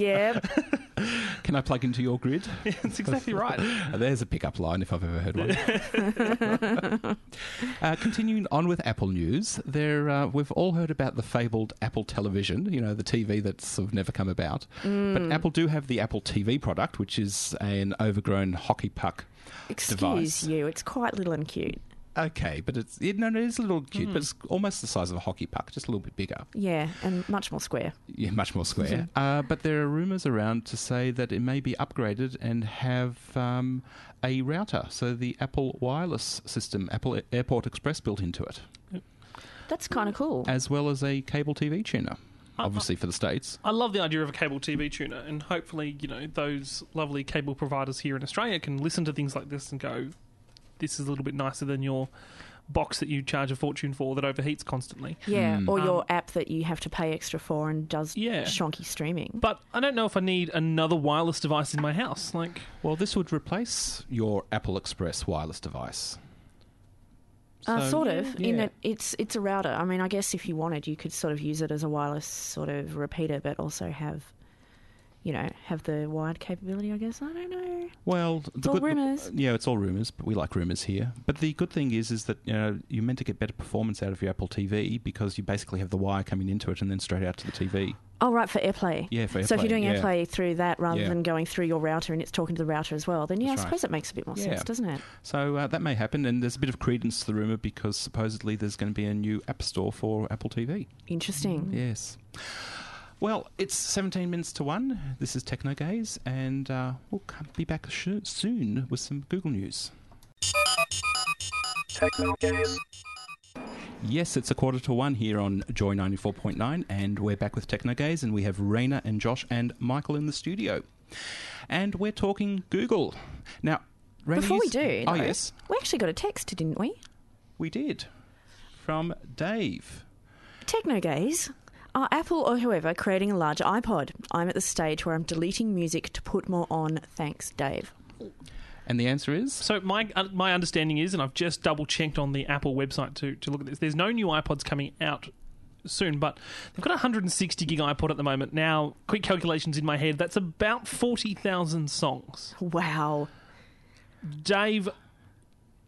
Speaker 4: Yeah,
Speaker 3: Can I plug into your grid? Uh,
Speaker 5: That's exactly right.
Speaker 3: There's a pickup line if I've ever heard one. uh, continuing on with Apple news, there uh, we've all heard about the fabled Apple Television, you know, the TV that's sort of never come about.
Speaker 4: Mm.
Speaker 3: But Apple do have the Apple TV product, which is an overgrown hockey puck.
Speaker 4: excuse
Speaker 3: Device.
Speaker 4: you, it's quite little and cute.
Speaker 3: Okay, but it's it, no, no, it's a little cute,
Speaker 4: Mm.
Speaker 3: but it's almost the size of a hockey puck, just a little bit bigger.
Speaker 4: Yeah, and much more square.
Speaker 3: Yeah, much more square. uh, but there are rumours around to say that it may be upgraded and have um, a router, so the Apple wireless system, Apple Airport Express, built into it,
Speaker 4: That's kind of cool.
Speaker 3: as well as a cable TV tuner,
Speaker 4: Uh-huh.
Speaker 3: obviously for the states.
Speaker 5: I love the idea of a cable TV tuner, and hopefully, you know, those lovely cable providers here in Australia can listen to things like this and go, this is a little bit nicer than your box that you charge a fortune for that overheats constantly.
Speaker 4: yeah,
Speaker 3: mm.
Speaker 4: or your
Speaker 5: Um,
Speaker 4: app that you have to pay extra for and does
Speaker 5: Yeah.
Speaker 4: shonky streaming.
Speaker 5: But I don't know if I need another wireless device in my house. Like,
Speaker 3: Well, this would replace your Apple Express wireless device.
Speaker 4: uh,
Speaker 3: So-
Speaker 4: sort of. In
Speaker 3: Yeah.
Speaker 4: that it's it's a router. I mean, I guess if you wanted, you could sort of use it as a wireless sort of repeater, but also have, you know, have the wired capability. I guess I don't know.
Speaker 3: Well, the
Speaker 4: all
Speaker 3: good,
Speaker 4: rumours.
Speaker 3: Yeah, it's all rumours, but we like rumours here. But the good thing is, is that uh, you know you're meant to get better performance out of your Apple TV because you basically have the wire coming into it and then straight out to the TV.
Speaker 4: Oh, right, for AirPlay.
Speaker 3: Yeah, for
Speaker 4: So if you're
Speaker 3: AirPlay,
Speaker 4: doing
Speaker 3: yeah.
Speaker 4: AirPlay through that rather
Speaker 3: Yeah.
Speaker 4: than going through your router and it's talking to the router as well, then yeah,
Speaker 3: That's
Speaker 4: I
Speaker 3: right.
Speaker 4: suppose it makes a bit more sense,
Speaker 3: Yeah.
Speaker 4: doesn't it?
Speaker 3: So uh, that may happen, and there's a bit of credence to the rumor because supposedly there's going to be a new app store for Apple TV. Mm.
Speaker 4: Interesting.
Speaker 3: Yes. Well, it's 17 minutes to one. This is Techno Gaze, and uh, we'll come, be back sh- soon with some Google news. Yes, it's a quarter to one here on Joy 94.9, and we're back with Techno Gaze, and we have Raina and Josh and Michael in the studio. And we're talking Google. Now, Rainey's-
Speaker 4: Before we do,
Speaker 3: Oh,
Speaker 4: though,
Speaker 3: yes.
Speaker 4: we actually got a text, didn't we?
Speaker 3: We did. From Dave.
Speaker 4: Techno gaze. Are Apple or whoever creating a larger iPod? I'm at the stage where I'm deleting music to put more on. Thanks, Dave.
Speaker 3: And the answer is
Speaker 5: So my uh, my understanding is, and I've just double checked on the Apple website to, to look at this. There's no new iPods coming out soon, but they've got a 160 gig iPod at the moment. Now, quick calculations in my head, that's about 40,000 songs.
Speaker 4: Wow.
Speaker 5: Dave,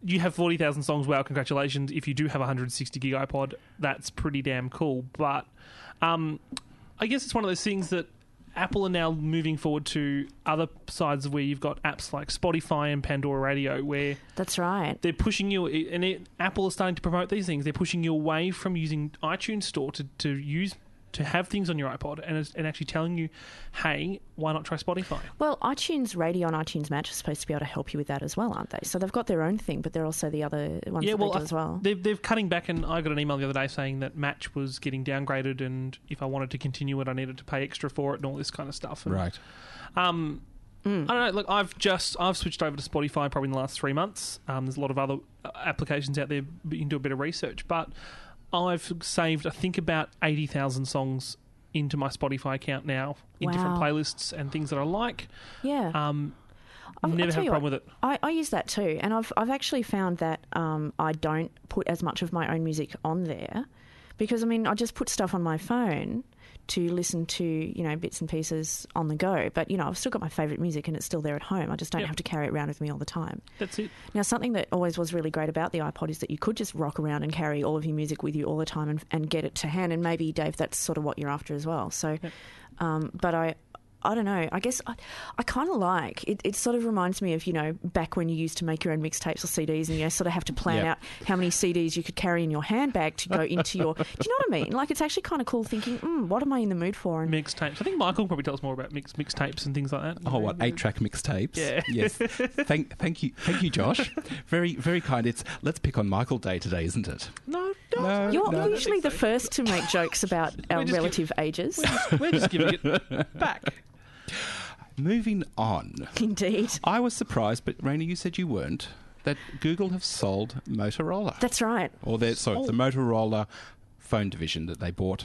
Speaker 5: you have 40,000 songs. Wow, congratulations! If you do have a 160 gig iPod, that's pretty damn cool. But um, I guess it's one of those things that Apple are now moving forward to other sides of where you've got apps like Spotify and Pandora Radio, where
Speaker 4: That's right.
Speaker 5: they're pushing you and it, apple is starting to promote these things they're pushing you away from using itunes store to, to use to have things on your ipod and, it's- and actually telling you hey why not try spotify
Speaker 4: Well, iTunes Radio and iTunes Match are supposed to be able to help you with that as well, aren't they? So they've got their own thing, but they're also the other ones that they do
Speaker 5: I-
Speaker 4: as well.
Speaker 5: they've, they've cutting back and i got an email the other day saying that match was getting downgraded and if i wanted to continue it i needed to pay extra for it and all this kind of stuff And,
Speaker 3: right.
Speaker 5: um I don't know. Look, I've just I've switched over to Spotify probably in the last three months. Um, there's a lot of other uh, applications out there. But you can do a bit of research, but I've saved I think about eighty thousand songs into my Spotify account now in different
Speaker 4: Wow.
Speaker 5: playlists and things that I like.
Speaker 4: yeah.
Speaker 5: Um,
Speaker 4: I'll- I'll
Speaker 5: never
Speaker 4: tell
Speaker 5: had a
Speaker 4: you
Speaker 5: problem
Speaker 4: what,
Speaker 5: with it.
Speaker 4: I, I use that too, and I've I've actually found that um, I don't put as much of my own music on there because I mean I just put stuff on my phone to listen to you know bits and pieces on the go. But you know I've still got my favourite music and it's still there at home. I just don't
Speaker 5: Yep.
Speaker 4: have to carry it around with me all the time.
Speaker 5: That's it.
Speaker 4: Now something that always was really great about the iPod is that you could just rock around and carry all of your music with you all the time and, and get it to hand. And maybe Dave, that's sort of what you're after as well. So, um, but I. I don't know. I guess I, I kind of like it. It sort of reminds me of you know back when you used to make your own mixtapes or CDs, and you know, sort of have to plan
Speaker 3: Yeah.
Speaker 4: out how many CDs you could carry in your handbag to go into your. do you know what I mean? Like it's actually kind of cool thinking. Mm, what am I in the mood for? And
Speaker 5: Mixtapes. I think Michael can probably tell us more about mix mixtapes and things like that.
Speaker 3: Oh, what eight track mixtapes?
Speaker 5: Yeah.
Speaker 3: *laughs* Yes. thank, thank you, thank you, *laughs* Josh. Very, very kind. It's let's pick on Michael Day today, isn't it?
Speaker 5: No,
Speaker 3: No,
Speaker 4: Uh, you're
Speaker 3: no.
Speaker 4: usually the first to make jokes about our
Speaker 5: just give-
Speaker 4: relative ages.
Speaker 5: we're just giving
Speaker 3: *laughs*
Speaker 5: it back.
Speaker 3: Moving on.
Speaker 4: Indeed.
Speaker 3: I was surprised, but Raina, you said you weren't. That Google have sold Motorola,
Speaker 4: That's Oh. right.
Speaker 3: or their sorry, the Motorola phone division that they bought.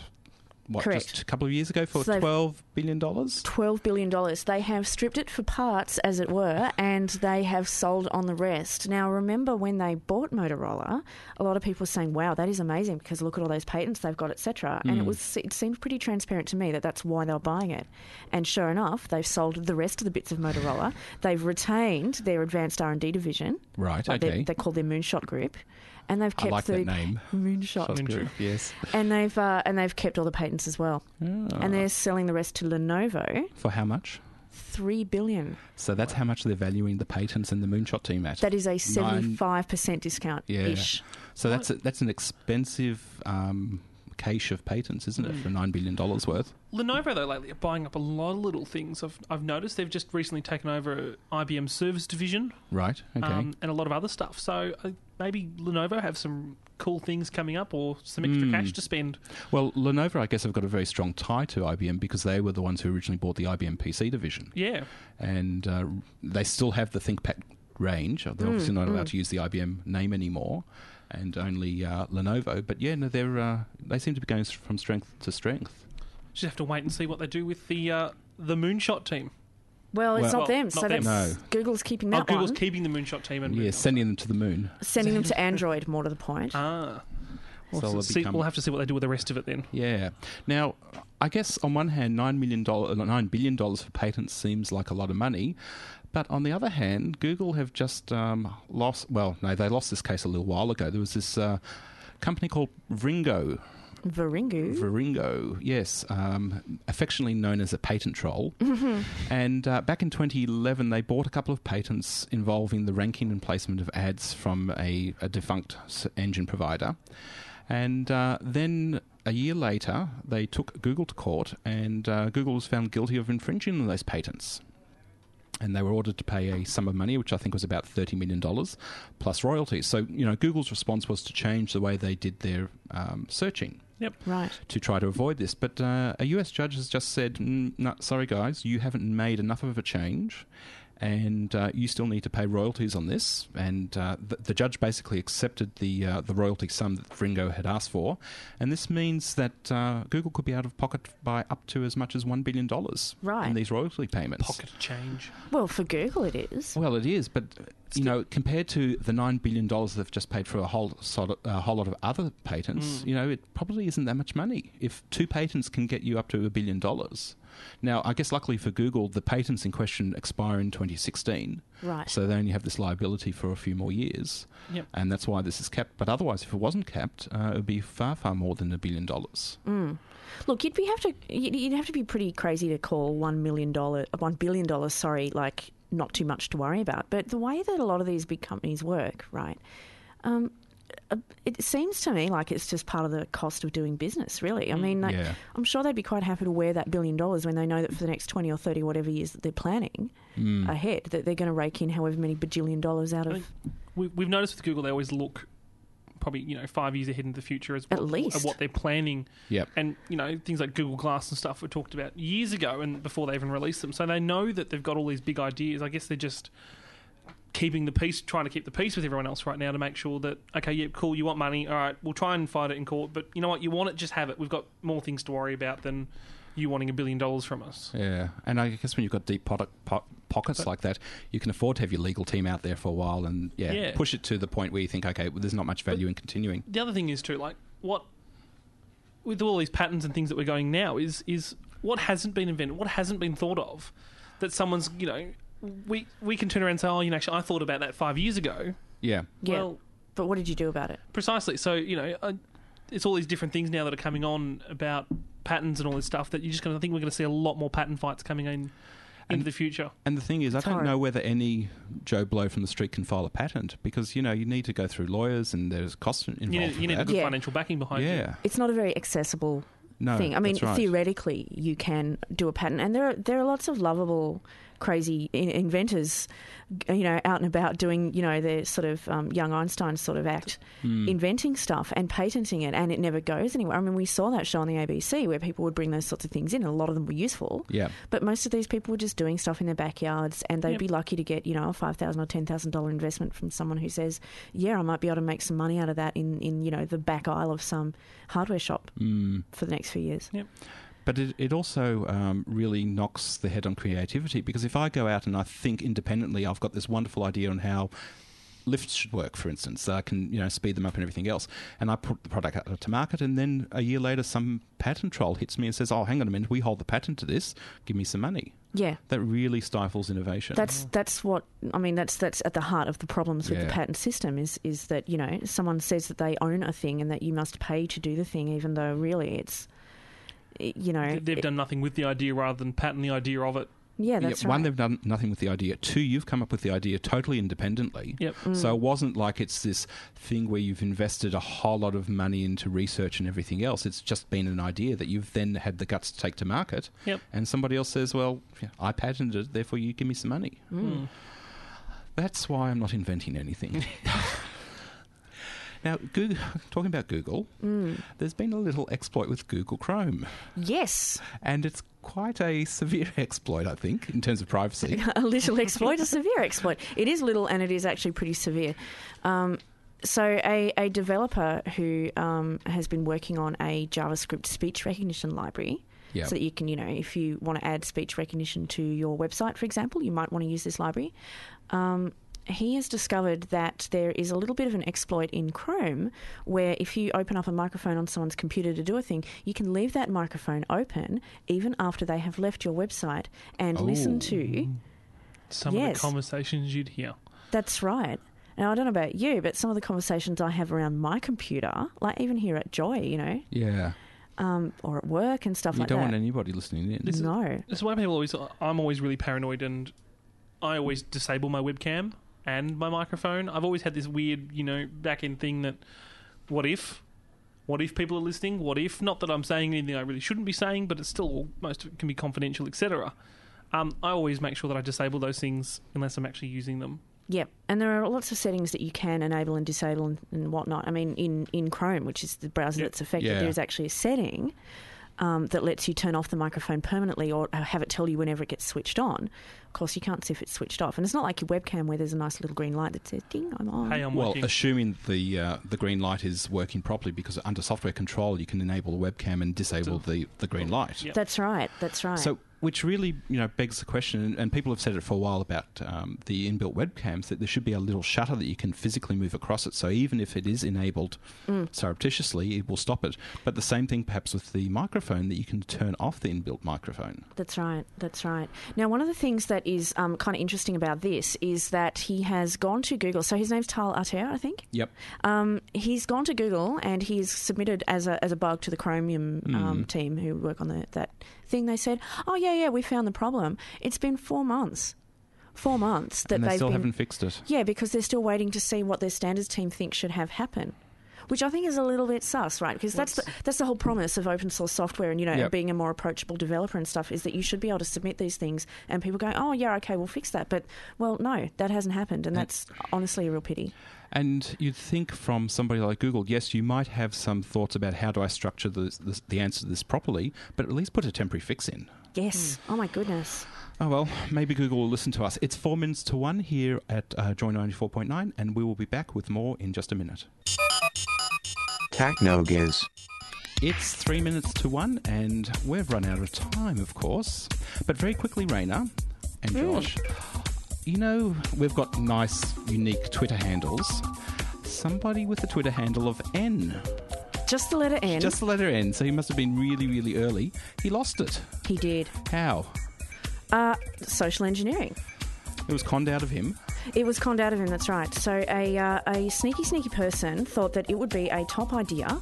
Speaker 3: What,
Speaker 4: Correct.
Speaker 3: just a couple of years ago for
Speaker 4: So they've-
Speaker 3: twelve billion dollars.
Speaker 4: $12 billion. They have stripped it for parts, as it were, and they have sold on the rest. Now, remember when they bought Motorola, a lot of people were saying, wow, that is amazing because look at all those patents they've got, etc. And
Speaker 3: Hmm.
Speaker 4: it, was, it seemed pretty transparent to me that that's why they were buying it. And sure enough, they've sold the rest of the bits of Motorola. They've retained their advanced R&D division.
Speaker 3: Right,
Speaker 4: Like, they're-
Speaker 3: okay.
Speaker 4: They call their Moonshot Group. And they've kept
Speaker 3: I like
Speaker 4: the
Speaker 3: that name.
Speaker 4: Moonshot
Speaker 3: Shots Group, Yes,
Speaker 4: and they've uh, and they've kept all the patents as well,
Speaker 3: Ah.
Speaker 4: and they're selling the rest to Lenovo.
Speaker 3: for how much?
Speaker 4: Three billion.
Speaker 3: So that's how much they're valuing the patents and the moonshot team at.
Speaker 4: That is a
Speaker 3: Nine-
Speaker 4: seventy-five percent discount ish.
Speaker 3: So that's a, that's an expensive um, cache of patents, isn't it,
Speaker 4: Hmm.
Speaker 3: for nine billion dollars worth?
Speaker 5: Lenovo though lately are buying up a lot of little things. I've I've noticed they've just recently taken over uh, IBM's service division
Speaker 3: Right. Okay.
Speaker 5: um, and a lot of other stuff. So uh, maybe Lenovo have some cool things coming up or some
Speaker 3: Hmm.
Speaker 5: extra cash to spend.
Speaker 3: well, Lenovo, I guess, have got a very strong tie to IBM because they were the ones who originally bought the IBM PC division,
Speaker 5: Yeah,
Speaker 3: and uh, they still have the ThinkPad range.
Speaker 4: Hmm,
Speaker 3: They're obviously not allowed to use the IBM name anymore, and only uh, Lenovo. But yeah, no, they're uh, they seem to be going s- from strength to strength.
Speaker 5: just have to wait and see what they do with the uh, the Moonshot team.
Speaker 4: Well, it's
Speaker 3: Well,
Speaker 4: not them,
Speaker 5: not
Speaker 4: so
Speaker 5: them.
Speaker 4: that's
Speaker 3: No.
Speaker 4: Google's keeping
Speaker 5: Oh,
Speaker 4: that
Speaker 5: Google's
Speaker 4: one,
Speaker 5: keeping the Moonshot team and
Speaker 3: Yeah,
Speaker 5: Moonshot.
Speaker 3: sending them to the moon.
Speaker 4: sending them to Android. More to the point.
Speaker 3: Uh.
Speaker 5: ah.
Speaker 3: So
Speaker 5: So
Speaker 3: they'll
Speaker 5: see-
Speaker 3: become-
Speaker 5: we'll have to see what they do with the rest of it then.
Speaker 3: Yeah. Now, I guess on one hand, nine million dollars, nine billion dollars for patents seems like a lot of money, but on the other hand, Google have just um, lost. Well, no, they lost this case a little while ago. There was this uh, company called Ringo.
Speaker 4: Varingu.
Speaker 3: Varingo, yes, um, affectionately known as a patent troll. And uh, back in 2011, they bought a couple of patents involving the ranking and placement of ads from a, a defunct s- engine provider. And uh, then a year later, they took Google to court, and uh, Google was found guilty of infringing on those patents. And they were ordered to pay a sum of money, which I think was about $30 million, plus royalties. So, you know, Google's response was to change the way they did their um, searching
Speaker 4: right.
Speaker 3: to try to avoid this. But uh, a US judge has just said, mm, no, sorry, guys, you haven't made enough of a change. and uh, you still need to pay royalties on this. And uh, the, the judge basically accepted the uh, the royalty sum that Ringo had asked for, and this means that uh, Google could be out of pocket by up to as much as one billion dollars
Speaker 4: Right.
Speaker 3: in these royalty payments.
Speaker 5: Pocket change.
Speaker 4: Well, for Google, it is.
Speaker 3: Well, it is, but you know, compared to the nine billion dollars they've just paid for a whole sort a whole lot of other patents, you know, it probably isn't that much money. If two patents can get you up to a billion dollars, now I guess luckily for Google, the patents in question expire in 2016,
Speaker 4: Right.
Speaker 3: So they only have this liability for a few more years,
Speaker 5: Yep.
Speaker 3: and that's why this is capped. But otherwise, if it wasn't capped, uh, it would be far far more than a billion dollars.
Speaker 4: Look, you'd be have to you'd, you'd have to be pretty crazy to call one million dollar uh, one billion dollars. Sorry, like not too much to worry about. But the way that a lot of these big companies work, right? Um, uh, it seems to me like it's just part of the cost of doing business. Really,
Speaker 3: Mm.
Speaker 4: I mean, like,
Speaker 3: Yeah.
Speaker 4: I'm sure they'd be quite happy to wear that billion dollars when they know that for the next twenty or thirty whatever years that they're planning
Speaker 3: Mm.
Speaker 4: ahead, that they're going to rake in however many bajillion dollars out of.
Speaker 5: I mean, we, we've noticed with Google they always look probably you know five years ahead into the future as
Speaker 4: At
Speaker 5: what,
Speaker 4: least.
Speaker 5: at what they're planning.
Speaker 3: Yep.
Speaker 5: and you know things like Google Glass and stuff were talked about years ago and before they even released them. So they know that they've got all these big ideas. I guess they're just keeping the peace, trying to keep the peace with everyone else right now to make sure that okay, yeah, cool, you want money, all right, we'll try and fight it in court, but you know what, you want it, just have it. We've got more things to worry about than you wanting a billion dollars from us.
Speaker 3: Yeah, and I guess when you've got deep product po- pockets like that, you can afford to have your legal team out there for a while, and yeah,
Speaker 5: Yeah.
Speaker 3: push it to the point where you think, okay, well, there's not much value in continuing.
Speaker 5: the other thing is too, like what with all these patterns and things that we're going now is is what hasn't been invented, what hasn't been thought of, that someone's you know we we can turn around and say, oh, you know, actually, I thought about that five years ago.
Speaker 3: Yeah,
Speaker 4: yeah,
Speaker 5: Well,
Speaker 4: but what did you do about it?
Speaker 5: precisely. So you know, uh, it's all these different things now that are coming on about patterns and all this stuff that you're just going to think we're going to see a lot more patent fights coming in into the future.
Speaker 3: and the thing is, I don't
Speaker 4: horrible.
Speaker 3: know whether any Joe Blow from the street can file a patent because you know you need to go through lawyers, and there's cost involved.
Speaker 5: You need,
Speaker 3: in
Speaker 5: you need a
Speaker 3: that.
Speaker 5: good
Speaker 4: Yeah.
Speaker 5: financial backing behind
Speaker 3: yeah.
Speaker 5: you.
Speaker 4: It's not a very accessible
Speaker 3: No,
Speaker 4: thing. I mean,
Speaker 3: that's right.
Speaker 4: theoretically, you can do a patent, and there are there are lots of lovable, crazy in- inventors, g- you know, out and about doing you know their sort of um, young Einstein sort of act,
Speaker 3: Mm.
Speaker 4: inventing stuff and patenting it, and it never goes anywhere. I mean, we saw that show on the ABC where people would bring those sorts of things in, and a lot of them were useful.
Speaker 3: Yeah.
Speaker 4: But most of these people were just doing stuff in their backyards, and they'd
Speaker 5: Yep.
Speaker 4: be lucky to get you know a five thousand or ten thousand dollar investment from someone who says, "Yeah, I might be able to make some money out of that in in you know the back aisle of some hardware shop for the next few years."
Speaker 3: But it, it also um, really knocks the head on creativity because if I go out and I think independently, I've got this wonderful idea on how lifts should work, for instance, that I can you know speed them up and everything else, and I put the product out to market, and then a year later, some patent troll hits me and says, "Oh, hang on a minute, we hold the patent to this. Give me some money."
Speaker 4: Yeah.
Speaker 3: That really stifles innovation.
Speaker 4: That's that's what I mean. That's that's at the heart of the problems with the
Speaker 3: Yeah.
Speaker 4: patent system is is that you know someone says that they own a thing and that you must pay to do the thing, even though really it's you know
Speaker 5: They- They've
Speaker 4: it-
Speaker 5: done nothing with the idea rather than patent the idea of it.
Speaker 4: yeah that's
Speaker 3: Yeah,
Speaker 4: right.
Speaker 3: One, they've done nothing with the idea. Two, you've come up with the idea totally independently.
Speaker 5: Yep.
Speaker 4: Mm.
Speaker 3: So it wasn't like it's this thing where you've invested a whole lot of money into research and everything else. It's just been an idea that you've then had the guts to take to market.
Speaker 5: Yep.
Speaker 3: And somebody else says, well, yeah, I patented it, therefore you give me some money.
Speaker 4: Mm.
Speaker 5: Hmm.
Speaker 3: That's why I'm not inventing anything.
Speaker 4: *laughs*
Speaker 3: Now, Google, talking about Google,
Speaker 4: Mm.
Speaker 3: there's been a little exploit with Google Chrome,
Speaker 4: yes,
Speaker 3: and it's quite a severe *laughs* exploit, I think, in terms of privacy.
Speaker 4: *laughs* a little exploit, a severe exploit. It is little and it is actually pretty severe. Um, so, a, a developer who um, has been working on a JavaScript speech recognition library.
Speaker 3: Yep.
Speaker 4: So that you can, you know, if you want to add speech recognition to your website, for example, you might want to use this library. Um, he has discovered that there is a little bit of an exploit in Chrome where if you open up a microphone on someone's computer to do a thing, you can leave that microphone open even after they have left your website and listen
Speaker 3: Oh.
Speaker 4: to
Speaker 5: Some of
Speaker 4: Yes.
Speaker 5: the conversations you'd hear.
Speaker 4: that's right. Now, I don't know about you, but some of the conversations I have around my computer, like even here at Joy, you know,
Speaker 3: Yeah.
Speaker 4: um, or at work and stuff
Speaker 3: You
Speaker 4: like
Speaker 3: don't
Speaker 4: that.
Speaker 3: want anybody listening in.
Speaker 5: This is-
Speaker 4: no.
Speaker 5: That's why people always. I'm always really paranoid, and I always disable my webcam and my microphone. I've always had this weird, you know, back end thing that, what if, what if people are listening? What if? Not that I'm saying anything I really shouldn't be saying, but it's still all, most of it can be confidential, etc. Um, I always make sure that I disable those things unless I'm actually using them.
Speaker 4: Yep. And there are lots of settings that you can enable and disable and, and whatnot. I mean, in, in Chrome, which is the browser that's affected,
Speaker 3: Yeah.
Speaker 4: there's actually a setting um, that lets you turn off the microphone permanently or uh, have it tell you whenever it gets switched on. Of course, you can't see if it's switched off. And it's not like your webcam where there's a nice little green light that says, ding, I'm on.
Speaker 5: Hey, I'm
Speaker 3: well,
Speaker 5: working.
Speaker 3: assuming the uh, the green light is working properly, because under software control you can enable the webcam and disable the, the green light.
Speaker 5: Yep.
Speaker 4: That's right. That's right.
Speaker 3: So, which really you know begs the question, and, and people have said it for a while about um, the inbuilt webcams that there should be a little shutter that you can physically move across it. So even if it is enabled surreptitiously, it will stop it. But the same thing perhaps with the microphone that you can turn off the inbuilt microphone.
Speaker 4: That's right. That's right. Now, one of the things that is um, kind of interesting about this is that he has gone to Google. So his name's Tal Ater, I think.
Speaker 3: Yep.
Speaker 4: Um, he's gone to Google and he's submitted as a, as a bug to the Chromium
Speaker 3: Hmm.
Speaker 4: um, team who work on the, that thing. They said, "Oh yeah, yeah, we found the problem. It's been four months, four months that
Speaker 3: and they
Speaker 4: have
Speaker 3: still
Speaker 4: been
Speaker 3: haven't fixed it.
Speaker 4: yeah, because they're still waiting to see what their standards team thinks should have happen. Which I think is a little bit sus, right? Because that's the, that's the whole promise of open source software, and you know,
Speaker 3: Yep.
Speaker 4: being a more approachable developer and stuff, is that you should be able to submit these things, and people go, "Oh yeah, okay, we'll fix that." But well, no, that hasn't happened, and that's honestly a real pity.
Speaker 3: And you'd think from somebody like Google, yes, you might have some thoughts about how do I structure the, the, the answer to this properly, but at least put a temporary fix in.
Speaker 4: Yes.
Speaker 3: Hmm.
Speaker 4: Oh my goodness.
Speaker 3: Oh, well, maybe Google will listen to us. It's four minutes to one here at uh, Joy 94.9, and we will be back with more in just a minute.
Speaker 6: Technogiz.
Speaker 3: It's three minutes to one, and we've run out of time, of course. But very quickly, Raina and
Speaker 4: Hmm.
Speaker 3: Josh, you know, we've got nice, unique Twitter handles. Somebody with a Twitter handle of N.
Speaker 4: Just the letter N.
Speaker 3: Just the letter N, so he must have been really, really early. He lost it.
Speaker 4: he did
Speaker 3: How?
Speaker 4: uh, social engineering.
Speaker 3: It was conned out of him.
Speaker 4: It was conned out of him, that's right. So a, uh, a sneaky, sneaky person thought that it would be a top idea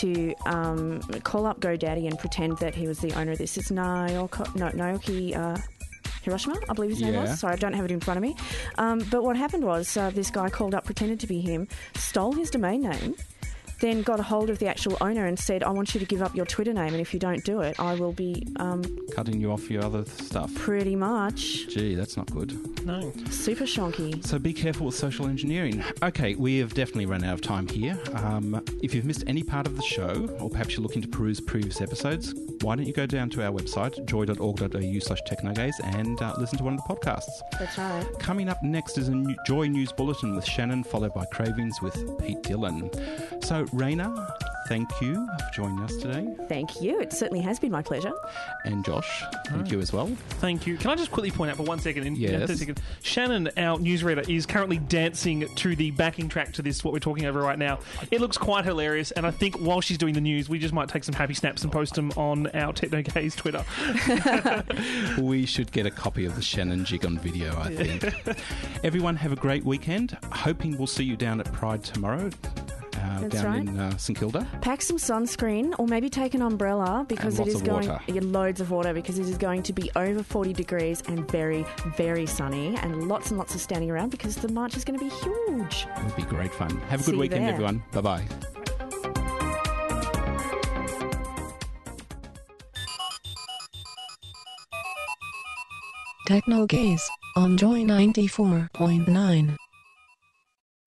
Speaker 4: to um, call up GoDaddy and pretend that he was the owner of this. It's Naoki, no, Naoki uh, Hiroshima, I believe his name
Speaker 3: Yeah.
Speaker 4: was. Sorry, I don't have it in front of me. Um, but what happened was uh, this guy called up, pretended to be him, stole his domain name, then got a hold of the actual owner and said, I want you to give up your Twitter name, and if you don't do it, I will be um,
Speaker 3: Cutting you off your other stuff.
Speaker 4: pretty much
Speaker 3: Gee, that's not good.
Speaker 5: no.
Speaker 4: super shonky.
Speaker 3: So be careful with social engineering. Okay, we have definitely run out of time here. Um, if you've missed any part of the show, or perhaps you're looking to peruse previous episodes, why don't you go down to our website, joy.org.au slash technogaze, and uh, listen to one of the podcasts.
Speaker 4: That's right.
Speaker 3: Coming up next is a new Joy News Bulletin with Shannon, followed by Cravings with Pete Dillon. So, Raina, thank you for joining us today.
Speaker 4: Thank you. It certainly has been my pleasure.
Speaker 3: And Josh, thank you as well.
Speaker 5: Thank you. Can I just quickly point out for one second? In,
Speaker 3: Yes.
Speaker 5: yeah, 30 seconds. Shannon, our newsreader, is currently dancing to the backing track to this, what we're talking over right now. It looks quite hilarious, and I think while she's doing the news, we just might take some happy snaps and post them on our TechnoGaze Twitter.
Speaker 3: We should get a copy of the Shannon jig on video, I
Speaker 4: *laughs*
Speaker 3: think. Everyone, have a great weekend. Hoping we'll see you down at Pride tomorrow, uh,
Speaker 4: That's
Speaker 3: down
Speaker 4: right.
Speaker 3: in uh, St Kilda.
Speaker 4: Pack some sunscreen or maybe take an umbrella because
Speaker 3: And
Speaker 4: it
Speaker 3: lots
Speaker 4: is
Speaker 3: of
Speaker 4: going
Speaker 3: water.
Speaker 4: Yeah, loads of water because it is going to be over 40 degrees and very very sunny and lots and lots of standing around because the march is going to be huge.
Speaker 3: It'll be great fun. Have a
Speaker 4: See
Speaker 3: good
Speaker 4: you
Speaker 3: weekend,
Speaker 4: there.
Speaker 3: everyone. Bye bye.
Speaker 9: Techno Gaze on Joy 94.9.